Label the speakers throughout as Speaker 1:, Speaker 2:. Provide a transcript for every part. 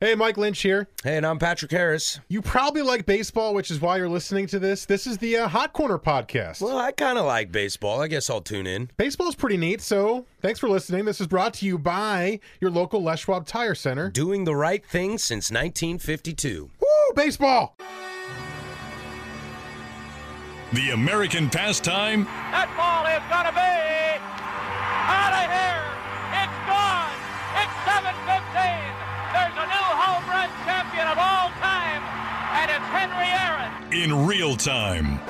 Speaker 1: Hey, Mike Lynch here.
Speaker 2: Hey, and I'm Patrick Harris.
Speaker 1: You probably like baseball, which is why you're listening to this. This is the uh, Hot Corner podcast.
Speaker 2: Well, I kind of like baseball. I guess I'll tune in.
Speaker 1: Baseball's pretty neat, so thanks for listening. This is brought to you by your local Les Schwab Tire Center.
Speaker 2: Doing the right thing since 1952.
Speaker 1: Woo, baseball!
Speaker 3: The American pastime
Speaker 4: That ball is going to be out of here. It's gone. It's 7:15. There's a new home run champion of all time, and it's Henry Aaron.
Speaker 3: in real time.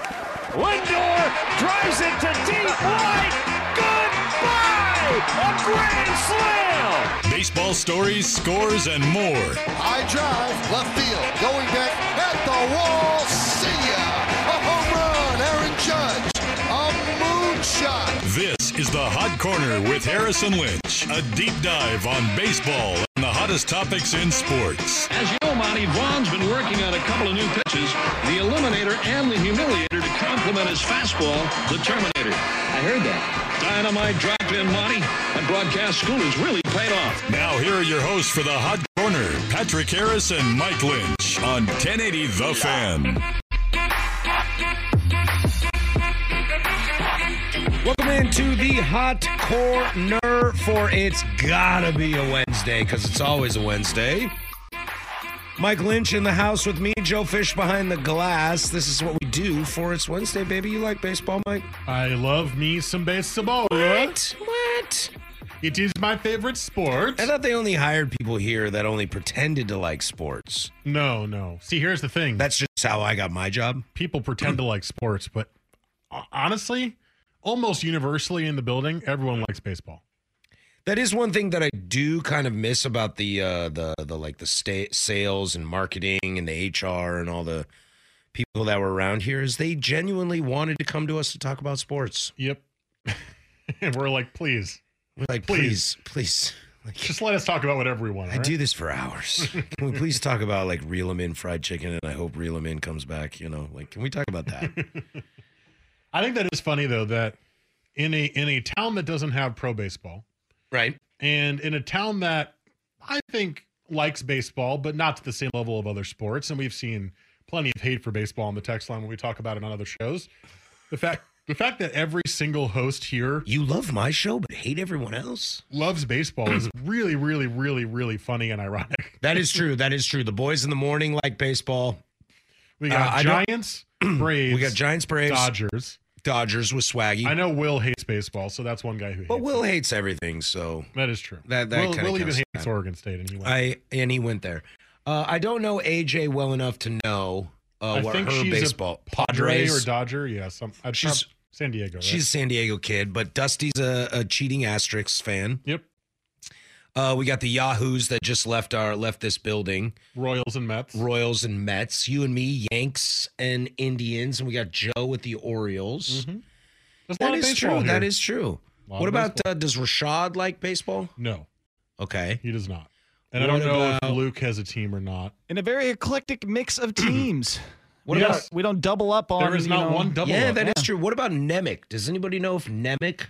Speaker 5: Lindor drives it to deep right. Goodbye! A grand slam!
Speaker 3: Baseball stories, scores, and more.
Speaker 6: High drive, left field, going back at the wall. See ya! A home run, Aaron Judge. A moonshot.
Speaker 3: This is the Hot Corner with Harrison Lynch, a deep dive on baseball and the hottest topics in sports.
Speaker 5: As you know, Monty, Vaughn's been working on a couple of new pitches, the Eliminator and the Humiliator, to complement his fastball, the Terminator. I heard that. Dynamite dropped in, Monty. That broadcast school has really paid off.
Speaker 3: Now, here are your hosts for the Hot Corner Patrick Harris and Mike Lynch on 1080 The Fan.
Speaker 2: Welcome into the Hot Corner for it's gotta be a Wednesday because it's always a Wednesday. Mike Lynch in the house with me, Joe Fish behind the glass. This is what we do for it's Wednesday, baby. You like baseball, Mike?
Speaker 1: I love me some baseball.
Speaker 2: What?
Speaker 1: It is my favorite sport.
Speaker 2: I thought they only hired people here that only pretended to like sports.
Speaker 1: No, no. See, here's the thing.
Speaker 2: That's just how I got my job.
Speaker 1: people pretend to like sports, but ho- honestly, almost universally in the building, everyone likes baseball.
Speaker 2: That is one thing that I do kind of miss about the uh, the the like the sta- sales and marketing and the HR and all the people that were around here is they genuinely wanted to come to us to talk about sports.
Speaker 1: Yep. and we're like, please,
Speaker 2: We're like,
Speaker 1: Please.
Speaker 2: please, please, like,
Speaker 1: just let us talk about whatever we want.
Speaker 2: I
Speaker 1: all right?
Speaker 2: do this for hours. Can we please talk about like reel 'em in fried chicken and I hope reel 'em in comes back? You know, like, can we talk about that?
Speaker 1: I think that is funny though that in a in a town that doesn't have pro baseball
Speaker 2: right?
Speaker 1: and in a town that I think likes baseball but not to the same level of other sports and we've seen plenty of hate for baseball on the text line when we talk about it on other shows. The fact the fact that every single host here
Speaker 2: You love my show but hate everyone else.
Speaker 1: loves baseball is really really really really funny and ironic.
Speaker 2: That is true. That is true. The boys in the morning like baseball.
Speaker 1: We
Speaker 2: Uh,
Speaker 1: got
Speaker 2: I don't-
Speaker 1: Giants, Braves,
Speaker 2: We got Giants, Braves,
Speaker 1: Dodgers.
Speaker 2: Dodgers with Swaggy.
Speaker 1: I know Will hates baseball, so that's one guy who hates.
Speaker 2: But Will
Speaker 1: it.
Speaker 2: hates evering, so
Speaker 1: that is true.
Speaker 2: that- that
Speaker 1: Will,
Speaker 2: kinda
Speaker 1: Will even
Speaker 2: counts
Speaker 1: hates
Speaker 2: down.
Speaker 1: Oregon State, and he went.
Speaker 2: I and he went there. Uh, I don't know AJ well enough to know uh,
Speaker 1: I
Speaker 2: what
Speaker 1: think
Speaker 2: her
Speaker 1: she's a
Speaker 2: baseball
Speaker 1: Padre or
Speaker 2: Padres.
Speaker 1: Dodger. Yeah, some. I'd
Speaker 2: She's-
Speaker 1: prob- San Diego. Right?
Speaker 2: She's a San Diego kid, but Dusty's a, a cheating asterisk fan.
Speaker 1: yep.
Speaker 2: Uh, we got the Yahoos that just left our left this building.
Speaker 1: Royals and Mets.
Speaker 2: Royals and Mets. You and me, Yanks and Indians, and we got Joe with the
Speaker 1: Mhm. There's
Speaker 2: Orioles.
Speaker 1: a lot
Speaker 2: That
Speaker 1: of
Speaker 2: is
Speaker 1: baseball
Speaker 2: true.
Speaker 1: here.
Speaker 2: That is true.
Speaker 1: Lot
Speaker 2: What
Speaker 1: of
Speaker 2: about
Speaker 1: baseball.
Speaker 2: uh, does Rashad like baseball?
Speaker 1: no?
Speaker 2: Okay.
Speaker 1: He does not. And I
Speaker 2: What
Speaker 1: don't know
Speaker 2: about-
Speaker 1: if Luke has a team or not.
Speaker 7: in a very eclectic mix of teams.
Speaker 2: What
Speaker 1: Yes.
Speaker 2: about
Speaker 7: we don't double up on.
Speaker 1: there is
Speaker 7: you
Speaker 1: not
Speaker 7: know-
Speaker 1: one double.
Speaker 2: yeah,
Speaker 1: up.
Speaker 2: that is true. What about Nemec? Does anybody know if Nemec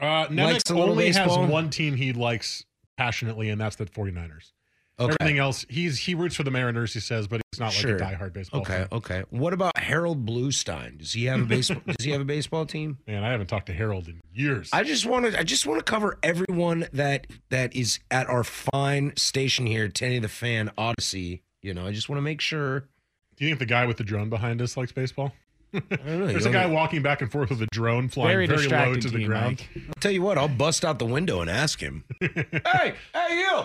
Speaker 1: Uh, Nemec
Speaker 2: Likes a little
Speaker 1: only has
Speaker 2: baseball.
Speaker 1: one team he likes passionately, and that's the 49ers.
Speaker 5: Okay.
Speaker 1: Everything else, he's he roots for the Mariners. He says, but he's not
Speaker 5: Sure.
Speaker 1: like a diehard baseball.
Speaker 5: Okay,
Speaker 1: fan.
Speaker 5: okay. What about Harold Bluestein? Does he have a baseball? does he have a baseball team?
Speaker 1: Man, I haven't talked to Harold in years.
Speaker 5: I just want to. I just want to cover everyone that that is at our fine station here, Tenny the Fan Odyssey. You know, I just want to make sure.
Speaker 1: Do you think the guy with the drone behind us likes baseball?
Speaker 5: I don't know.
Speaker 1: There's
Speaker 5: you
Speaker 1: a guy
Speaker 5: don't-
Speaker 1: walking back and forth with a drone flying very, low
Speaker 2: distracting
Speaker 1: to
Speaker 2: to
Speaker 1: the
Speaker 2: you,
Speaker 1: ground.
Speaker 5: I'll tell you what. I'll bust out the window and ask him. hey, hey, you!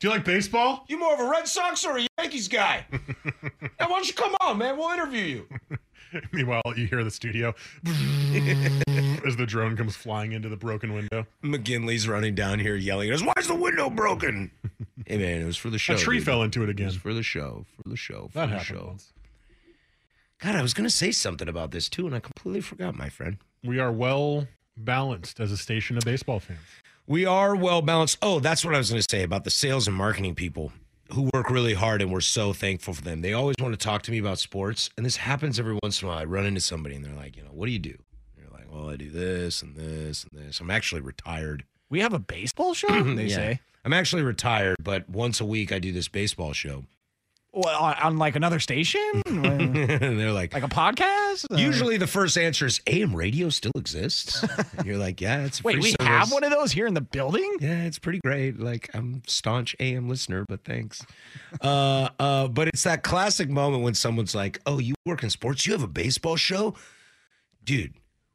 Speaker 1: Do you like baseball?
Speaker 5: You more of a Red Sox or a Yankees guy? hey, why don't you come on, man? We'll interview you.
Speaker 1: Meanwhile, you hear the studio as the drone comes flying into the broken window.
Speaker 5: McGinley's running down here yelling at us. Why's the window broken? hey, man, it was for the show.
Speaker 1: a tree
Speaker 5: dude.
Speaker 1: fell into it
Speaker 5: It was
Speaker 1: again.
Speaker 5: for the show. For the show. For
Speaker 1: That
Speaker 5: the
Speaker 1: happened
Speaker 5: show.
Speaker 1: once.
Speaker 5: God, I was gonna say something about this too, and I completely forgot, my friend.
Speaker 1: We are well balanced as a station of baseball fans.
Speaker 5: We are well balanced. Oh, that's what I was gonna say about the sales and marketing people who work really hard, and we're so thankful for them. They always want to talk to me about sports, and this happens every once in a while. I run into somebody, and they're like, you know, what do you do? And You're like, well, I do this and this and this. I'm actually retired.
Speaker 2: We have a baseball show. They
Speaker 5: Yeah.
Speaker 2: say
Speaker 5: I'm actually retired, but once a week I do this baseball show.
Speaker 2: well, on, on like another station, like
Speaker 5: and they're like,
Speaker 2: a podcast. Uh,
Speaker 5: usually the first answer is AM radio still exists. And you're like, yeah, it's a
Speaker 2: wait,
Speaker 5: free
Speaker 2: we
Speaker 5: service."
Speaker 2: have one of those here in the building.
Speaker 5: Yeah, it's pretty great. Like I'm staunch AM listener, but thanks. Uh, uh, but it's that classic moment when someone's like, "Oh, you work in sports? You have a baseball show, dude."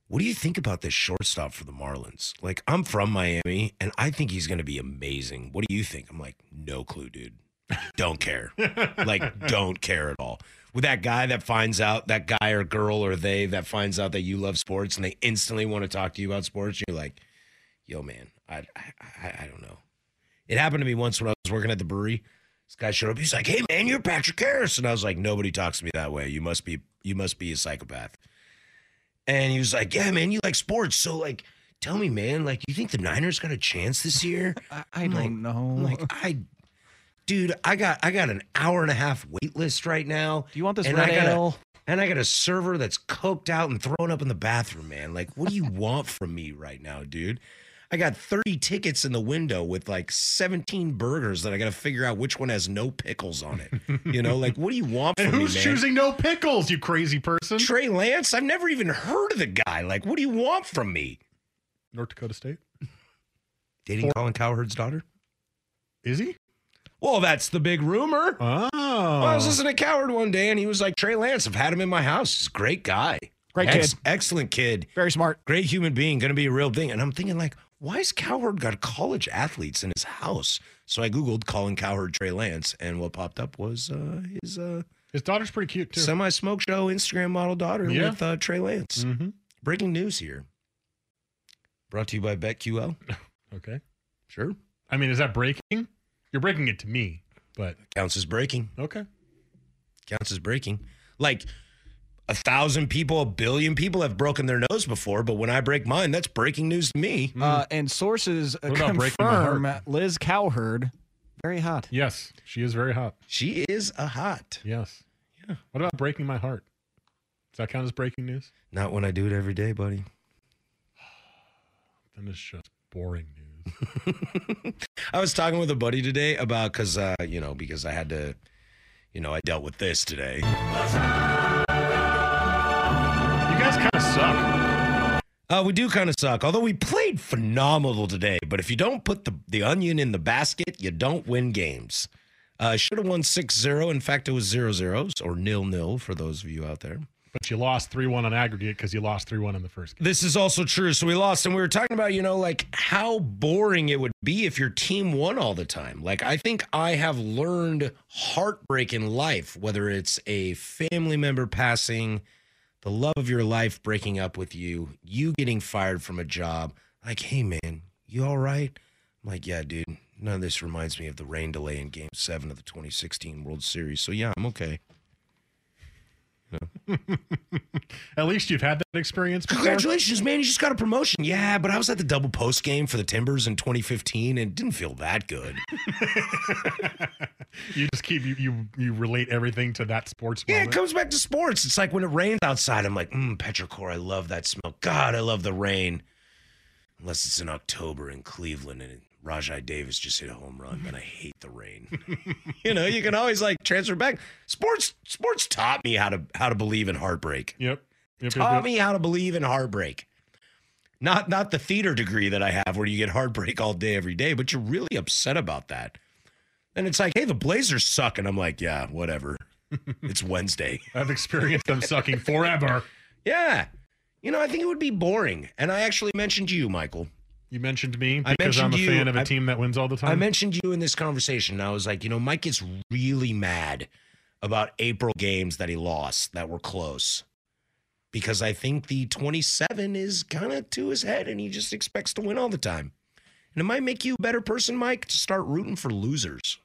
Speaker 5: What do you think about this shortstop for the Marlins? Like, I'm from Miami, and I think he's going to be amazing. What do you think? I'm like, no clue, dude. Don't care. like, don't care at all. With that guy that finds out, that guy or girl or they that finds out that you love sports, and they instantly want to talk to you about sports, you're like, yo man I, I I- i don't know it happened to me once when i was working at the brewery this guy showed up he's like hey man you're patrick harris and i was like nobody talks to me that way you must be you must be a psychopath and he was like yeah man you like sports so like tell me man like you think the niners got a chance this year
Speaker 2: I, I
Speaker 5: I'm
Speaker 2: don't
Speaker 5: like-
Speaker 2: know.
Speaker 5: i'm like i dude i got i got an hour and a half wait list right now
Speaker 2: do you want this
Speaker 5: and
Speaker 2: red
Speaker 5: I gotta-
Speaker 2: ale?
Speaker 5: and I got a server that's coked out and thrown up in the bathroom, man. Like, what do you want from me right now, dude? I got 30 tickets in the window with like 17 burgers that I got to figure out which one has no pickles on it. You know, like, what do you want from
Speaker 1: And who's
Speaker 5: me, man?
Speaker 1: choosing no pickles, you crazy person?
Speaker 5: Trey Lance? I've never even heard of the guy. Like, what do you want from me?
Speaker 1: North Dakota State.
Speaker 5: Dating Colin Cowherd's daughter?
Speaker 1: Is he?
Speaker 5: Well, that's the big rumor.
Speaker 1: Oh.
Speaker 5: Well, I was listening to Cowherd one day and he was like, Trey Lance, I've had him in my house. He's a great guy.
Speaker 2: Great
Speaker 5: Ex-
Speaker 2: kid.
Speaker 5: Excellent kid.
Speaker 2: Very smart.
Speaker 5: great human being, going to be a real thing. And I'm thinking, like, why is Cowherd got college athletes in his house? So I Googled Colin Cowherd, Trey Lance, and what popped up was uh, his uh,
Speaker 1: His daughter's pretty cute too.
Speaker 5: semi smoke show Instagram model daughter
Speaker 1: Yeah.
Speaker 5: with uh, Trey Lance.
Speaker 1: Mhm.
Speaker 5: Breaking news here. Brought to you by BetQL.
Speaker 1: Okay.
Speaker 5: Sure.
Speaker 1: I mean, is that breaking? You're breaking it to me, but
Speaker 5: Counts as breaking.
Speaker 1: okay.
Speaker 5: Counts as breaking. Like, a thousand people, a billion people have broken their nose before, but when I break mine, that's breaking news to me.
Speaker 2: Uh, and sources uh,
Speaker 1: What about breaking my heart?
Speaker 2: confirm
Speaker 7: uh,
Speaker 2: Liz Cowherd, very hot.
Speaker 1: Yes, she is very hot.
Speaker 5: She is a hot.
Speaker 1: Yes. Yeah. What about breaking my heart? Does that count as breaking news?
Speaker 5: Not when I do it every day, buddy.
Speaker 1: Then it's just boring news.
Speaker 5: I was talking with a buddy today about because uh, you know because I had to, you know, I dealt with this today.
Speaker 1: You guys kind of suck.
Speaker 5: Uh, we do kind of suck, although we played phenomenal today. But if you don't put the the onion in the basket, you don't win games. Uh, should have won 6-0. In fact, it was 0-0s or nil-nil for those of you out there.
Speaker 1: But you lost 3 1 on aggregate because you lost 3 1 in the first game.
Speaker 5: This is also true. So we lost, and we were talking about, you know, like how boring it would be if your team won all the time. Like, I think I have learned heartbreak in life, whether it's a family member passing, the love of your life breaking up with you, you getting fired from a job. Like, hey, man, you all right? I'm like, yeah, dude. None of this reminds me of the rain delay in game seven of the 2016 World Series. So, yeah, I'm okay.
Speaker 1: At least you've had that experience before.
Speaker 5: Congratulations, man. You just got a promotion. Yeah, but I was at the double post game for the Timbers in 2015 and it didn't feel that good.
Speaker 1: You just keep, you, you, you relate everything to that sports
Speaker 5: Yeah, it
Speaker 1: moment.
Speaker 5: comes back to sports. It's like when it rains outside, I'm like, mmm, petrichor, I love that smell. God, I love the rain. Unless it's in October in Cleveland and Rajai Davis just hit a home run, then I hate the rain. brain. you know, you can always like transfer back. Sports sports taught me how to how to believe in heartbreak.
Speaker 1: Yep. yep,
Speaker 5: taught
Speaker 1: yep.
Speaker 5: me how to believe in heartbreak. Not not the theater degree that I have where you get heartbreak all day every day, but you're really upset about that. And it's like, hey, the Blazers suck, and I'm like, yeah, whatever. it's Wednesday.
Speaker 1: I've experienced them sucking forever.
Speaker 5: Yeah. You know, I think it would be boring. And I actually mentioned you, Michael.
Speaker 1: You mentioned me
Speaker 5: I
Speaker 1: because I'm a
Speaker 5: mentioned you-
Speaker 1: fan of a
Speaker 5: I-
Speaker 1: team that wins all the time.
Speaker 5: I mentioned you in this conversation. And I was like, you know, Mike gets really mad about April games that he lost that were close because I think the 27 is kind of to his head and he just expects to win all the time. And it might make you a better person, Mike, to start rooting for losers.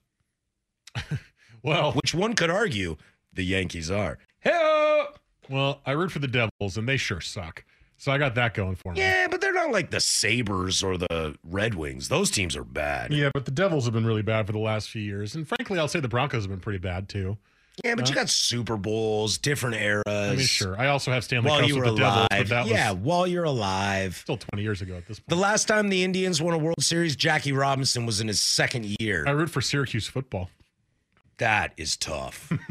Speaker 1: well,
Speaker 5: which one could argue the Yankees are.
Speaker 1: Hello. Well, I root for the Devils, and they sure suck. So I got that going for me.
Speaker 5: Yeah, but they're not like the Sabres or the Red Wings. Those teams are bad.
Speaker 1: Yeah, but the Devils have been really bad for the last few years, and frankly, I'll say the Broncos have been pretty bad too.
Speaker 5: Yeah, but you got Super Bowls, different eras.
Speaker 1: I mean, sure. I also have Stanley
Speaker 5: while
Speaker 1: Cups
Speaker 5: you
Speaker 1: with
Speaker 5: were
Speaker 1: the
Speaker 5: alive.
Speaker 1: Devils, but that
Speaker 5: yeah,
Speaker 1: was
Speaker 5: while you're alive.
Speaker 1: still 20 years ago at this point.
Speaker 5: The last time the Indians won a World Series, Jackie Robinson was in his second year.
Speaker 1: I root for Syracuse football.
Speaker 5: That is tough.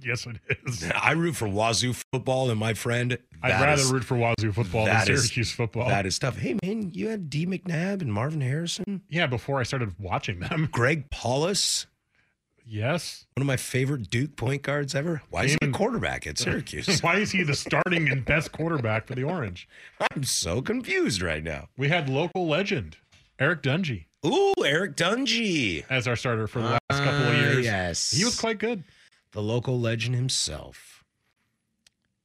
Speaker 1: Yes, it is.
Speaker 5: I root for Wazoo football, and my friend,
Speaker 1: I'd
Speaker 5: that
Speaker 1: rather
Speaker 5: is-
Speaker 1: root for Wazoo football than
Speaker 5: that is-
Speaker 1: Syracuse football.
Speaker 5: That is tough. Hey man, you had D. McNabb and Marvin Harrison,
Speaker 1: yeah, before I started watching them.
Speaker 5: Greg Paulus,
Speaker 1: Yes.
Speaker 5: one of my favorite Duke point guards ever. Why is he a quarterback at Syracuse?
Speaker 1: Why is he the starting and best quarterback for the Orange?
Speaker 5: I'm so confused right now.
Speaker 1: We had local legend Eric Dungy
Speaker 5: Ooh, Eric Dungy,
Speaker 1: as our starter for the last couple of
Speaker 5: Ah,
Speaker 1: years.
Speaker 5: yes.
Speaker 1: He was quite good.
Speaker 5: the local legend himself.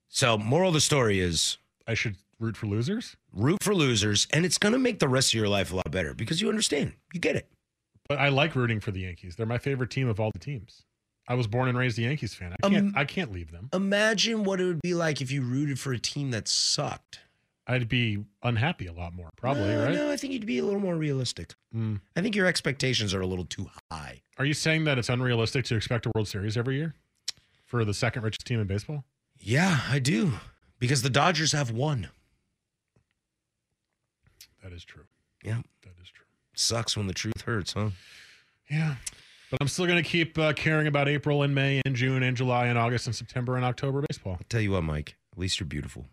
Speaker 5: So, moral of the story is
Speaker 1: I should root for losers,
Speaker 5: root for losers, and it's going to make the rest of your life a lot better because you understand. You get it.
Speaker 1: but I like rooting for the Yankees. They're my favorite team of all the teams. I was born and raised a Yankees fan. I can't
Speaker 5: Um,
Speaker 1: I can't leave them.
Speaker 5: Imagine what it would be like if you rooted for a team that sucked.
Speaker 1: I'd be unhappy a lot more, probably,
Speaker 5: No,
Speaker 1: right?
Speaker 5: No, I think you'd be a little more realistic.
Speaker 1: Mm.
Speaker 5: I think your expectations are a little too high.
Speaker 1: Are you saying that it's unrealistic to expect a World Series every year for the second richest team in baseball?
Speaker 5: Yeah, I do. Because the Dodgers have one.
Speaker 1: That is true.
Speaker 5: Yeah.
Speaker 1: That is true.
Speaker 5: Sucks when the truth hurts, huh?
Speaker 1: Yeah. But I'm still going to keep uh, caring about April and May and June and July and August and September and October baseball.
Speaker 5: I'll tell you what, Mike. At least you're beautiful.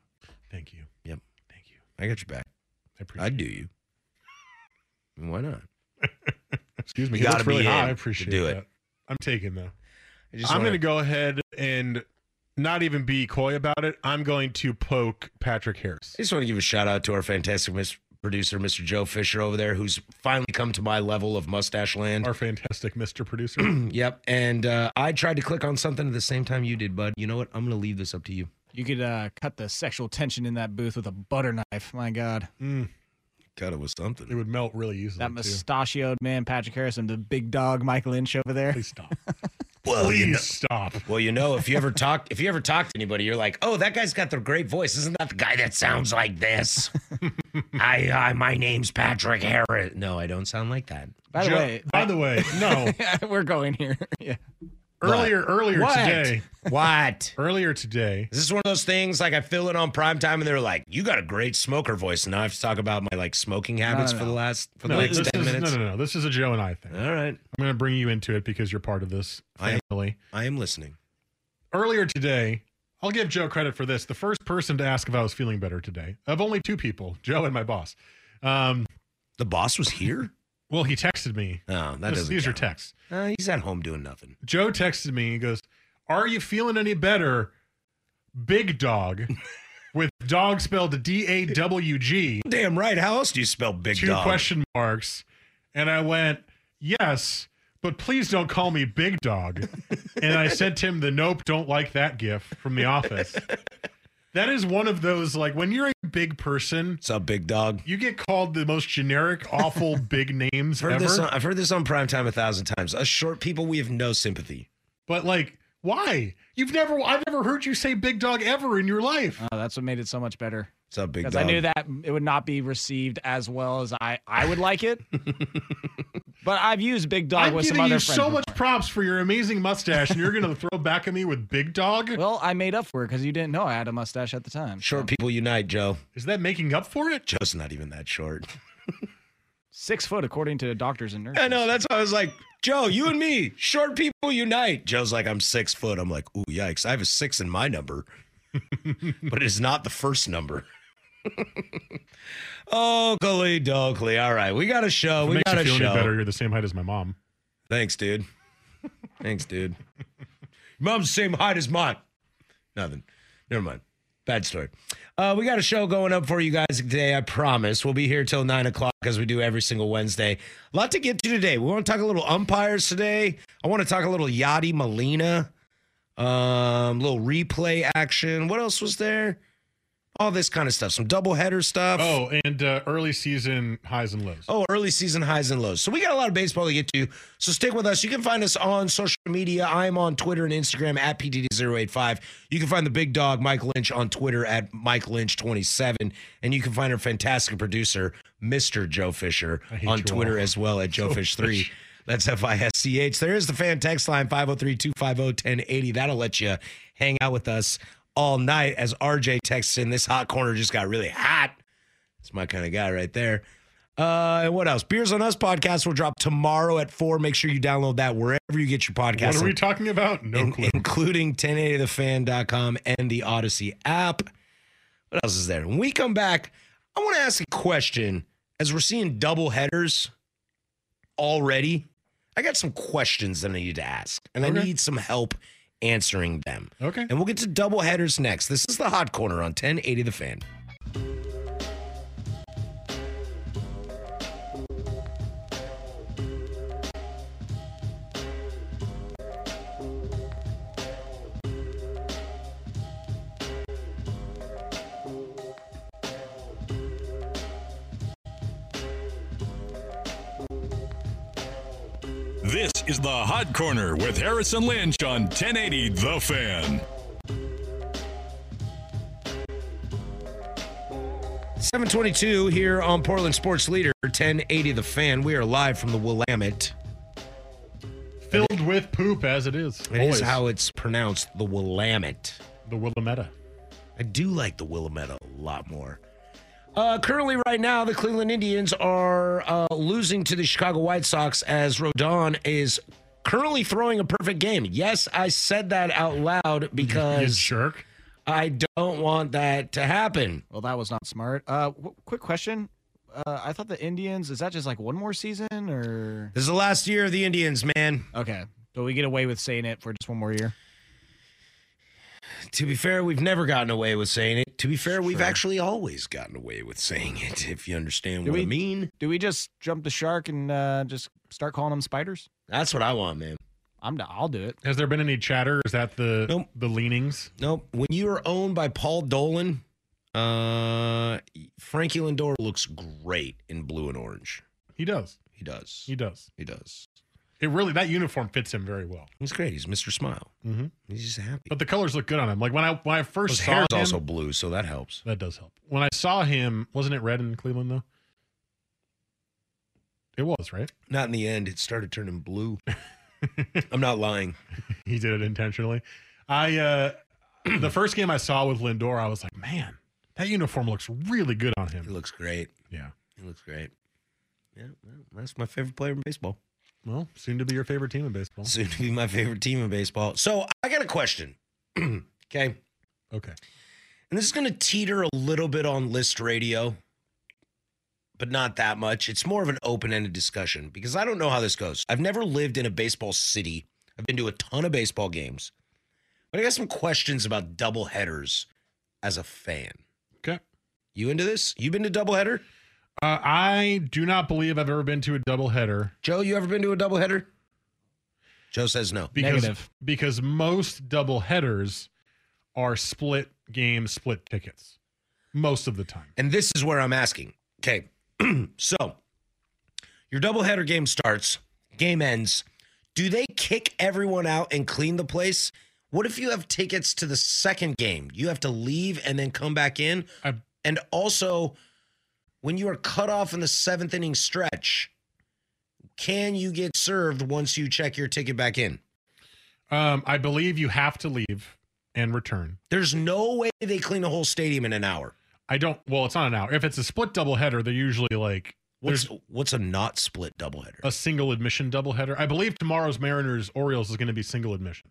Speaker 1: Thank you.
Speaker 5: Yep.
Speaker 1: Thank you.
Speaker 5: I got your back.
Speaker 1: I appreciate
Speaker 5: I'd do you. I mean, Why not?
Speaker 1: Excuse me.
Speaker 5: You
Speaker 1: It
Speaker 5: gotta
Speaker 1: looks really
Speaker 5: be in
Speaker 1: high. I
Speaker 5: to
Speaker 1: appreciate
Speaker 5: do it.
Speaker 1: that. I'm taking though.
Speaker 5: I
Speaker 8: I'm
Speaker 5: wanna-
Speaker 8: going to go ahead and not even be coy about it. I'm going to poke Patrick Harris.
Speaker 5: I just want to give a shout out to our fantastic mis- producer, Mr. Joe Fisher over there, who's finally come to my level of mustache land.
Speaker 1: Our fantastic Mr. Producer.
Speaker 5: yep. And uh, I tried to click on something at the same time you did, bud. You know what? I'm going to leave this up to you.
Speaker 2: You could uh, cut the sexual tension in that booth with a butter knife. My God,
Speaker 1: Mm,
Speaker 5: Cut it with
Speaker 1: it
Speaker 5: something.
Speaker 1: would melt really easily.
Speaker 2: that
Speaker 1: too.
Speaker 2: mustachioed man, Patrick Harrison, the big dog, Mike Lynch over there.
Speaker 1: Please stop.
Speaker 5: Well, you know,
Speaker 1: Please stop.
Speaker 5: well, you know, if you ever talk, if you ever talk to anybody, you're like, oh, that guy's got the great voice. Isn't that the guy that sounds like this? I, I, my name's Patrick Harris. No, I don't sound like that.
Speaker 2: By the
Speaker 1: Joe-
Speaker 2: way,
Speaker 1: by the way, no.
Speaker 2: we're going here. yeah.
Speaker 1: earlier, earlier
Speaker 5: What?
Speaker 1: today,
Speaker 5: What?
Speaker 1: earlier today,
Speaker 5: Is this one of those things like I fill it on prime time and they're like, "You got a great smoker voice," and now I have to talk about my like smoking habits
Speaker 2: no,
Speaker 5: for the last for
Speaker 1: no,
Speaker 5: the next
Speaker 1: this
Speaker 5: ten
Speaker 1: is,
Speaker 5: minutes?
Speaker 1: no, no, no. This is a Joe and I thing. I'm
Speaker 5: All right,
Speaker 1: going to bring you into it because you're part of this
Speaker 5: I-
Speaker 1: family.
Speaker 5: I am listening.
Speaker 1: earlier today, I'll give Joe credit for this. The first person to ask if I was feeling better today, of only two people, Joe and my boss. Um,
Speaker 5: The boss was here.
Speaker 1: well, he texted me.
Speaker 5: Oh, that
Speaker 1: This-
Speaker 5: doesn't.
Speaker 1: these
Speaker 5: count.
Speaker 1: are texts.
Speaker 5: Uh, he's at home doing nothing.
Speaker 1: Joe texted me and goes, Are you feeling any better? Big dog with dog spelled D A W G,
Speaker 5: Damn right. How else do you spell big
Speaker 1: two
Speaker 5: dog?
Speaker 1: question marks. And I went, Yes, but please don't call me Big Dog. and I sent him the nope, don't like that gif from the office. That is one of those, like, when you're a big person,
Speaker 5: What's up, big dog?
Speaker 1: You get called the most generic, awful big names
Speaker 5: I've heard, this
Speaker 1: ever.
Speaker 5: on, I've heard this on prime time a thousand times. Us short people, we have no sympathy.
Speaker 1: but like, why? You've never I've never heard you say big dog ever in your life.
Speaker 2: Oh, that's what made it so much better.
Speaker 5: What's up, big
Speaker 2: Because
Speaker 5: dog?
Speaker 2: I knew that it would not be received as well as I, I would like it. but I've used Big Dog
Speaker 1: I'm
Speaker 2: with some
Speaker 1: giving
Speaker 2: other
Speaker 1: you
Speaker 2: friends.
Speaker 1: so much
Speaker 2: before.
Speaker 1: props for your amazing mustache, and you're gonna throw back at me with big dog?
Speaker 2: Well, I made up for it because you didn't know I had a mustache at the time.
Speaker 5: Short people unite, Joe.
Speaker 1: Is that making up for it?
Speaker 5: Joe's not even that short.
Speaker 2: Six foot, according to doctors and nurses.
Speaker 5: I know. That's why I was like, Joe, you and me, short people unite. Joe's like, I'm six foot. I'm like, ooh, yikes. I have a six in my number, but it's not the first number. Oakley Dokley. All right. We got a show.
Speaker 1: If it
Speaker 5: We
Speaker 1: makes
Speaker 5: got
Speaker 1: you
Speaker 5: a
Speaker 1: feel
Speaker 5: show.
Speaker 1: any better. You're the same height as my mom.
Speaker 5: Thanks, dude. Thanks, dude. Your mom's the same height as mine. Nothing. Never mind. Bad story. Uh, we got a show going up for you guys today. I promise. We'll be here till nine o'clock as we do every single Wednesday. A lot to get to today. We want to talk a little umpires today. I want to talk a little Yachty Molina. Um, little replay action. What else was there? All this kind of stuff. Some double header stuff.
Speaker 1: Oh, and uh, early season highs and lows.
Speaker 5: Oh, early season highs and lows. So we got a lot of baseball to get to. So stick with us. You can find us on social media. I'm on Twitter and Instagram at PDD085. You can find the big dog, Mike Lynch, on Twitter at Mike Lynch27. And you can find our fantastic producer, Mr. Joe Fisher,
Speaker 1: hate
Speaker 5: on
Speaker 1: you
Speaker 5: Twitter
Speaker 1: all.
Speaker 5: as well at Joe Fish 3 That's F I S C H. There is the fan text line 503 250 1080. That'll let you hang out with us all night as RJ texts in. This hot corner just got really hot. It's my kind of guy right there. Uh, and what else? Beers on Us podcast will drop tomorrow at four. Make sure you download that wherever you get your podcast,
Speaker 1: What are we talking about? No
Speaker 5: in-
Speaker 1: clue.
Speaker 5: including 1080thefan.com and the Odyssey app. What else is there? When we come back, I want to ask a question as we're seeing double headers already. I got some questions that I need to ask, and I
Speaker 1: Okay.
Speaker 5: need some help answering them.
Speaker 1: Okay.
Speaker 5: And we'll get to double headers next. This is the Hot Corner on 1080 The Fan.
Speaker 3: This is the Hot Corner with Harrison Lynch on 1080 The Fan.
Speaker 5: 722 here on Portland Sports Leader 1080 The Fan. We are live from the Willamette.
Speaker 1: Filled with poop as it is.
Speaker 5: It is
Speaker 1: Always.
Speaker 5: how it's pronounced, the Willamette.
Speaker 1: the Willamette.
Speaker 5: I do like the Willamette a lot more. Uh, currently, right now, the Cleveland Indians are uh, losing to the Chicago White Sox as Rodon is currently throwing a perfect game. Yes, I said that out loud
Speaker 1: You
Speaker 5: because
Speaker 1: jerk.
Speaker 5: I don't want that to happen.
Speaker 2: Well, that was not smart. Uh, w- quick question. Uh, I thought the Indians is that just like one more season or
Speaker 5: This is the last year of the Indians, man.
Speaker 2: okay? But we get away with saying it for just one more year.
Speaker 5: To be fair, we've never gotten away with saying it. To be fair, we've
Speaker 2: Sure.
Speaker 5: actually always gotten away with saying it, if you understand
Speaker 2: Do
Speaker 5: what I
Speaker 2: we-
Speaker 5: mean.
Speaker 2: Do we just jump the shark and uh, just start calling them spiders?
Speaker 5: That's what I want, man.
Speaker 2: I'm d- I'll do it.
Speaker 1: Has there been any chatter? Is that the
Speaker 5: Nope.
Speaker 1: the leanings?
Speaker 5: Nope. When you are owned by Paul Dolan, uh, Frankie Lindor looks great in blue and orange.
Speaker 1: He does.
Speaker 5: He does.
Speaker 1: He does.
Speaker 5: He does.
Speaker 1: It really that uniform fits him very well.
Speaker 5: He's great. He's Mr. Smile.
Speaker 2: Mm-hmm.
Speaker 1: Mhm.
Speaker 5: He's just happy.
Speaker 1: But the colors look good on him. Like when I when I first
Speaker 5: His
Speaker 1: saw
Speaker 5: hair is
Speaker 1: him,
Speaker 5: also blue, so that helps.
Speaker 1: that does help. When I saw him, wasn't it red in Cleveland though? It was right.
Speaker 5: Not in the end. It started turning blue. I'm not lying.
Speaker 1: he did it intentionally. I uh the first game I saw with Lindor, I was like, man, that uniform looks really good on
Speaker 5: It
Speaker 1: him.
Speaker 5: looks great.
Speaker 1: Yeah.
Speaker 5: It looks great. Yeah, well, that's my favorite player in baseball.
Speaker 1: Well, soon to be your favorite team in baseball.
Speaker 5: Soon to be my favorite team in baseball. So I got a question. okay.
Speaker 1: Okay.
Speaker 5: And this is going to teeter a little bit on list radio, but not that much. It's more of an open ended discussion because I don't know how this goes. I've never lived in a baseball city, I've been to a ton of baseball games, but I got some questions about doubleheaders as a fan.
Speaker 1: Okay.
Speaker 5: You into this? You been to doubleheader?
Speaker 1: Uh, I do not believe I've ever been to a doubleheader
Speaker 5: Joe, you ever been to a doubleheader? Joe says no.
Speaker 1: because
Speaker 2: Negative.
Speaker 1: because most doubleheaders are split game, split tickets most of the time.
Speaker 5: And this is where I'm asking. Okay. so your doubleheader game starts, game ends. Do they kick everyone out and clean the place? What if you have tickets to the second game? You have to leave and then come back in.
Speaker 1: I-
Speaker 5: and also, when you are cut off in the seventh inning stretch, can you get served once you check your ticket back in?
Speaker 1: Um, I believe you have to leave and return.
Speaker 5: There's no way they clean the whole stadium in an hour.
Speaker 1: I don't. Well, it's not an hour. If it's a split doubleheader, they're usually like
Speaker 5: What's what's a not split doubleheader?
Speaker 1: a single admission doubleheader. I believe tomorrow's Mariners Orioles is going to be single admission,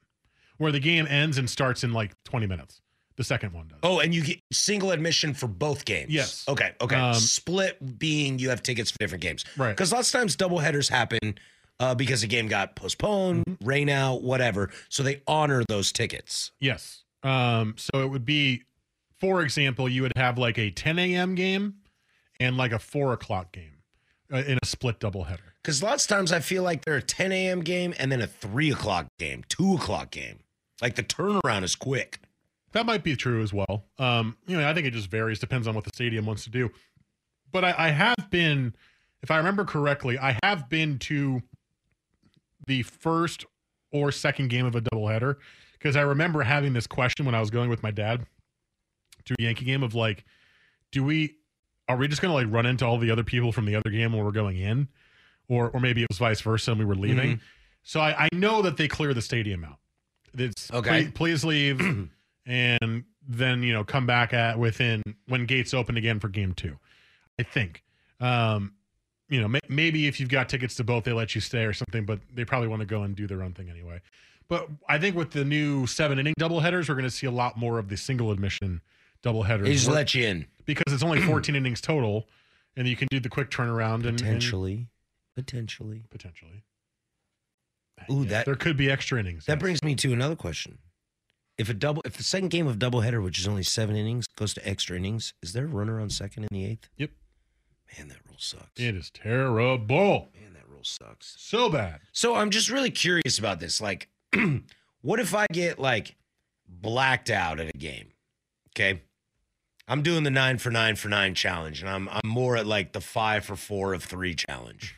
Speaker 1: where the game ends and starts in like 20 minutes. The second one does.
Speaker 5: Oh, and you get single admission for both games.
Speaker 1: Yes.
Speaker 5: Okay. Okay.
Speaker 1: Um,
Speaker 5: Split being you have tickets for different games.
Speaker 1: Right.
Speaker 5: Because lots of times doubleheaders happen uh, because a game got postponed,
Speaker 2: Mm-hmm.
Speaker 5: rain out, whatever. So they honor those tickets.
Speaker 1: Yes. Um, so it would be, for example, you would have like a 10 a.m. game and like a four o'clock game uh, in a split doubleheader.
Speaker 5: Because lots of times I feel like they're a 10 a.m. game and then a three o'clock game, two o'clock game. Like the turnaround is quick.
Speaker 1: That might be true as well. Um, you know, I think it just varies, depends on what the stadium wants to do. But I, I have been, if I remember correctly, I have been to the first or second game of a doubleheader because I remember having this question when I was going with my dad to a Yankee game of like, do we are we just gonna like run into all the other people from the other game when we're going in, or or maybe it was vice versa and we were leaving. So I, I know that they clear the stadium out. It's
Speaker 5: Okay.
Speaker 1: Please, please leave, and then you know come back at within when gates open again for game two. I think. Um, you know, may- maybe if you've got tickets to both, they let you stay or something, but they probably want to go and do their own thing anyway. But I think with the new seven inning doubleheaders, we're going to see a lot more of the single admission doubleheaders
Speaker 5: They just
Speaker 1: We're-
Speaker 5: let you in.
Speaker 1: because it's only 14 innings total, and you can do the quick turnaround and and
Speaker 5: Potentially. Potentially.
Speaker 1: potentially.
Speaker 5: Ooh,
Speaker 1: Yeah,
Speaker 5: that
Speaker 1: there could be extra innings.
Speaker 5: That
Speaker 1: yes.
Speaker 5: brings me to another question. If a double, if the second game of doubleheader, which is only seven innings, goes to extra innings, is there a runner on second in the eighth?
Speaker 1: Yep.
Speaker 5: Man, that rule sucks.
Speaker 1: it is terrible,
Speaker 5: Man, that rule sucks.
Speaker 1: so bad.
Speaker 5: So I'm just really curious about this. Like, what if I get like blacked out at a game? Okay. I'm doing the nine for nine for nine challenge, and I'm I'm more at like the five for four of three challenge.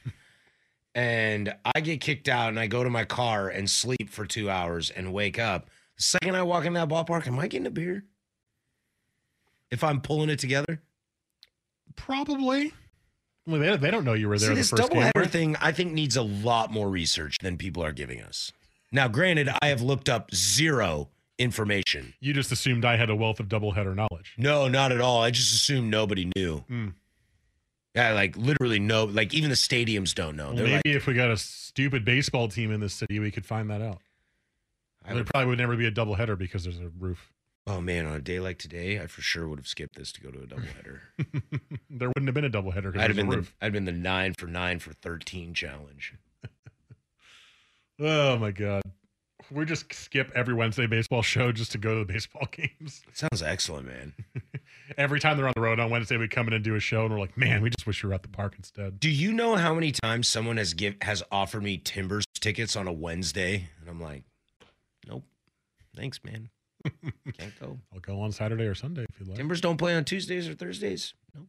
Speaker 5: and I get kicked out and I go to my car and sleep for two hours and wake up. The second I walk in that ballpark, am I getting a beer? If I'm pulling it together?
Speaker 1: Probably. Well, they, they don't know you were there
Speaker 5: See,
Speaker 1: the
Speaker 5: this
Speaker 1: first game.
Speaker 5: doubleheader
Speaker 1: right?
Speaker 5: thing, I think, needs a lot more research than people are giving us. Now, granted, I have looked up zero information.
Speaker 1: You just assumed I had a wealth of doubleheader knowledge.
Speaker 5: No, not at all. I just assumed nobody knew.
Speaker 1: Hmm.
Speaker 5: Yeah, like literally no, like even the stadiums don't know.
Speaker 1: Well,
Speaker 5: They're
Speaker 1: maybe
Speaker 5: like,
Speaker 1: if we got a stupid baseball team in this city, we could find that out.
Speaker 5: I
Speaker 1: there
Speaker 5: would-
Speaker 1: probably would never be a doubleheader because there's a roof.
Speaker 5: oh man, on a day like today, I for sure would have skipped this to go to a doubleheader.
Speaker 1: there wouldn't have been a doubleheader because
Speaker 5: I'd have
Speaker 1: there's a
Speaker 5: been the,
Speaker 1: roof.
Speaker 5: I'd been the nine for nine for thirteen challenge.
Speaker 1: Oh my god. We just skip every Wednesday baseball show just to go to the baseball games.
Speaker 5: Sounds excellent, man.
Speaker 1: Every time they're on the road on Wednesday, we come in and do a show, and we're like, man, we just wish we were at the park instead.
Speaker 5: Do you know how many times someone has give has offered me Timbers tickets on a Wednesday, and I'm like, nope, thanks, man, can't go.
Speaker 1: I'll go on Saturday or Sunday if you'd like.
Speaker 5: Timbers don't play on Tuesdays or Thursdays. Nope.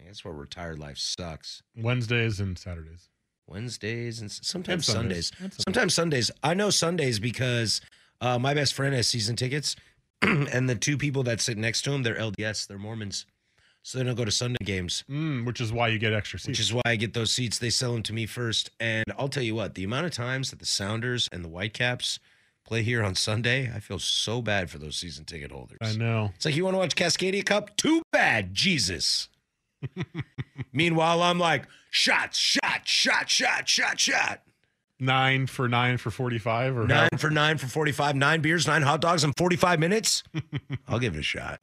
Speaker 5: I guess where retired life sucks.
Speaker 1: Wednesdays and Saturdays.
Speaker 5: Wednesdays and s- sometimes
Speaker 1: And
Speaker 5: Sundays.
Speaker 1: Sundays. And Sundays.
Speaker 5: Sometimes Sundays. I know Sundays because uh, my best friend has season tickets, and the two people that sit next to him, they're LDS, they're Mormons, so they don't go to Sunday games.
Speaker 1: Mm, which is why you get extra seats.
Speaker 5: Which is why I get those seats. They sell them to me first. And I'll tell you what, the amount of times that the Sounders and the Whitecaps play here on Sunday, I feel so bad for those season ticket holders.
Speaker 1: I know.
Speaker 5: It's like, you want to watch Cascadia Cup? Too bad, Jesus. Meanwhile, I'm like, shots, shot, shot, shot, shot, shot.
Speaker 1: Nine for nine for 45 or
Speaker 5: Nine for nine for 45, nine beers, nine hot dogs in 45 minutes. I'll give it a shot.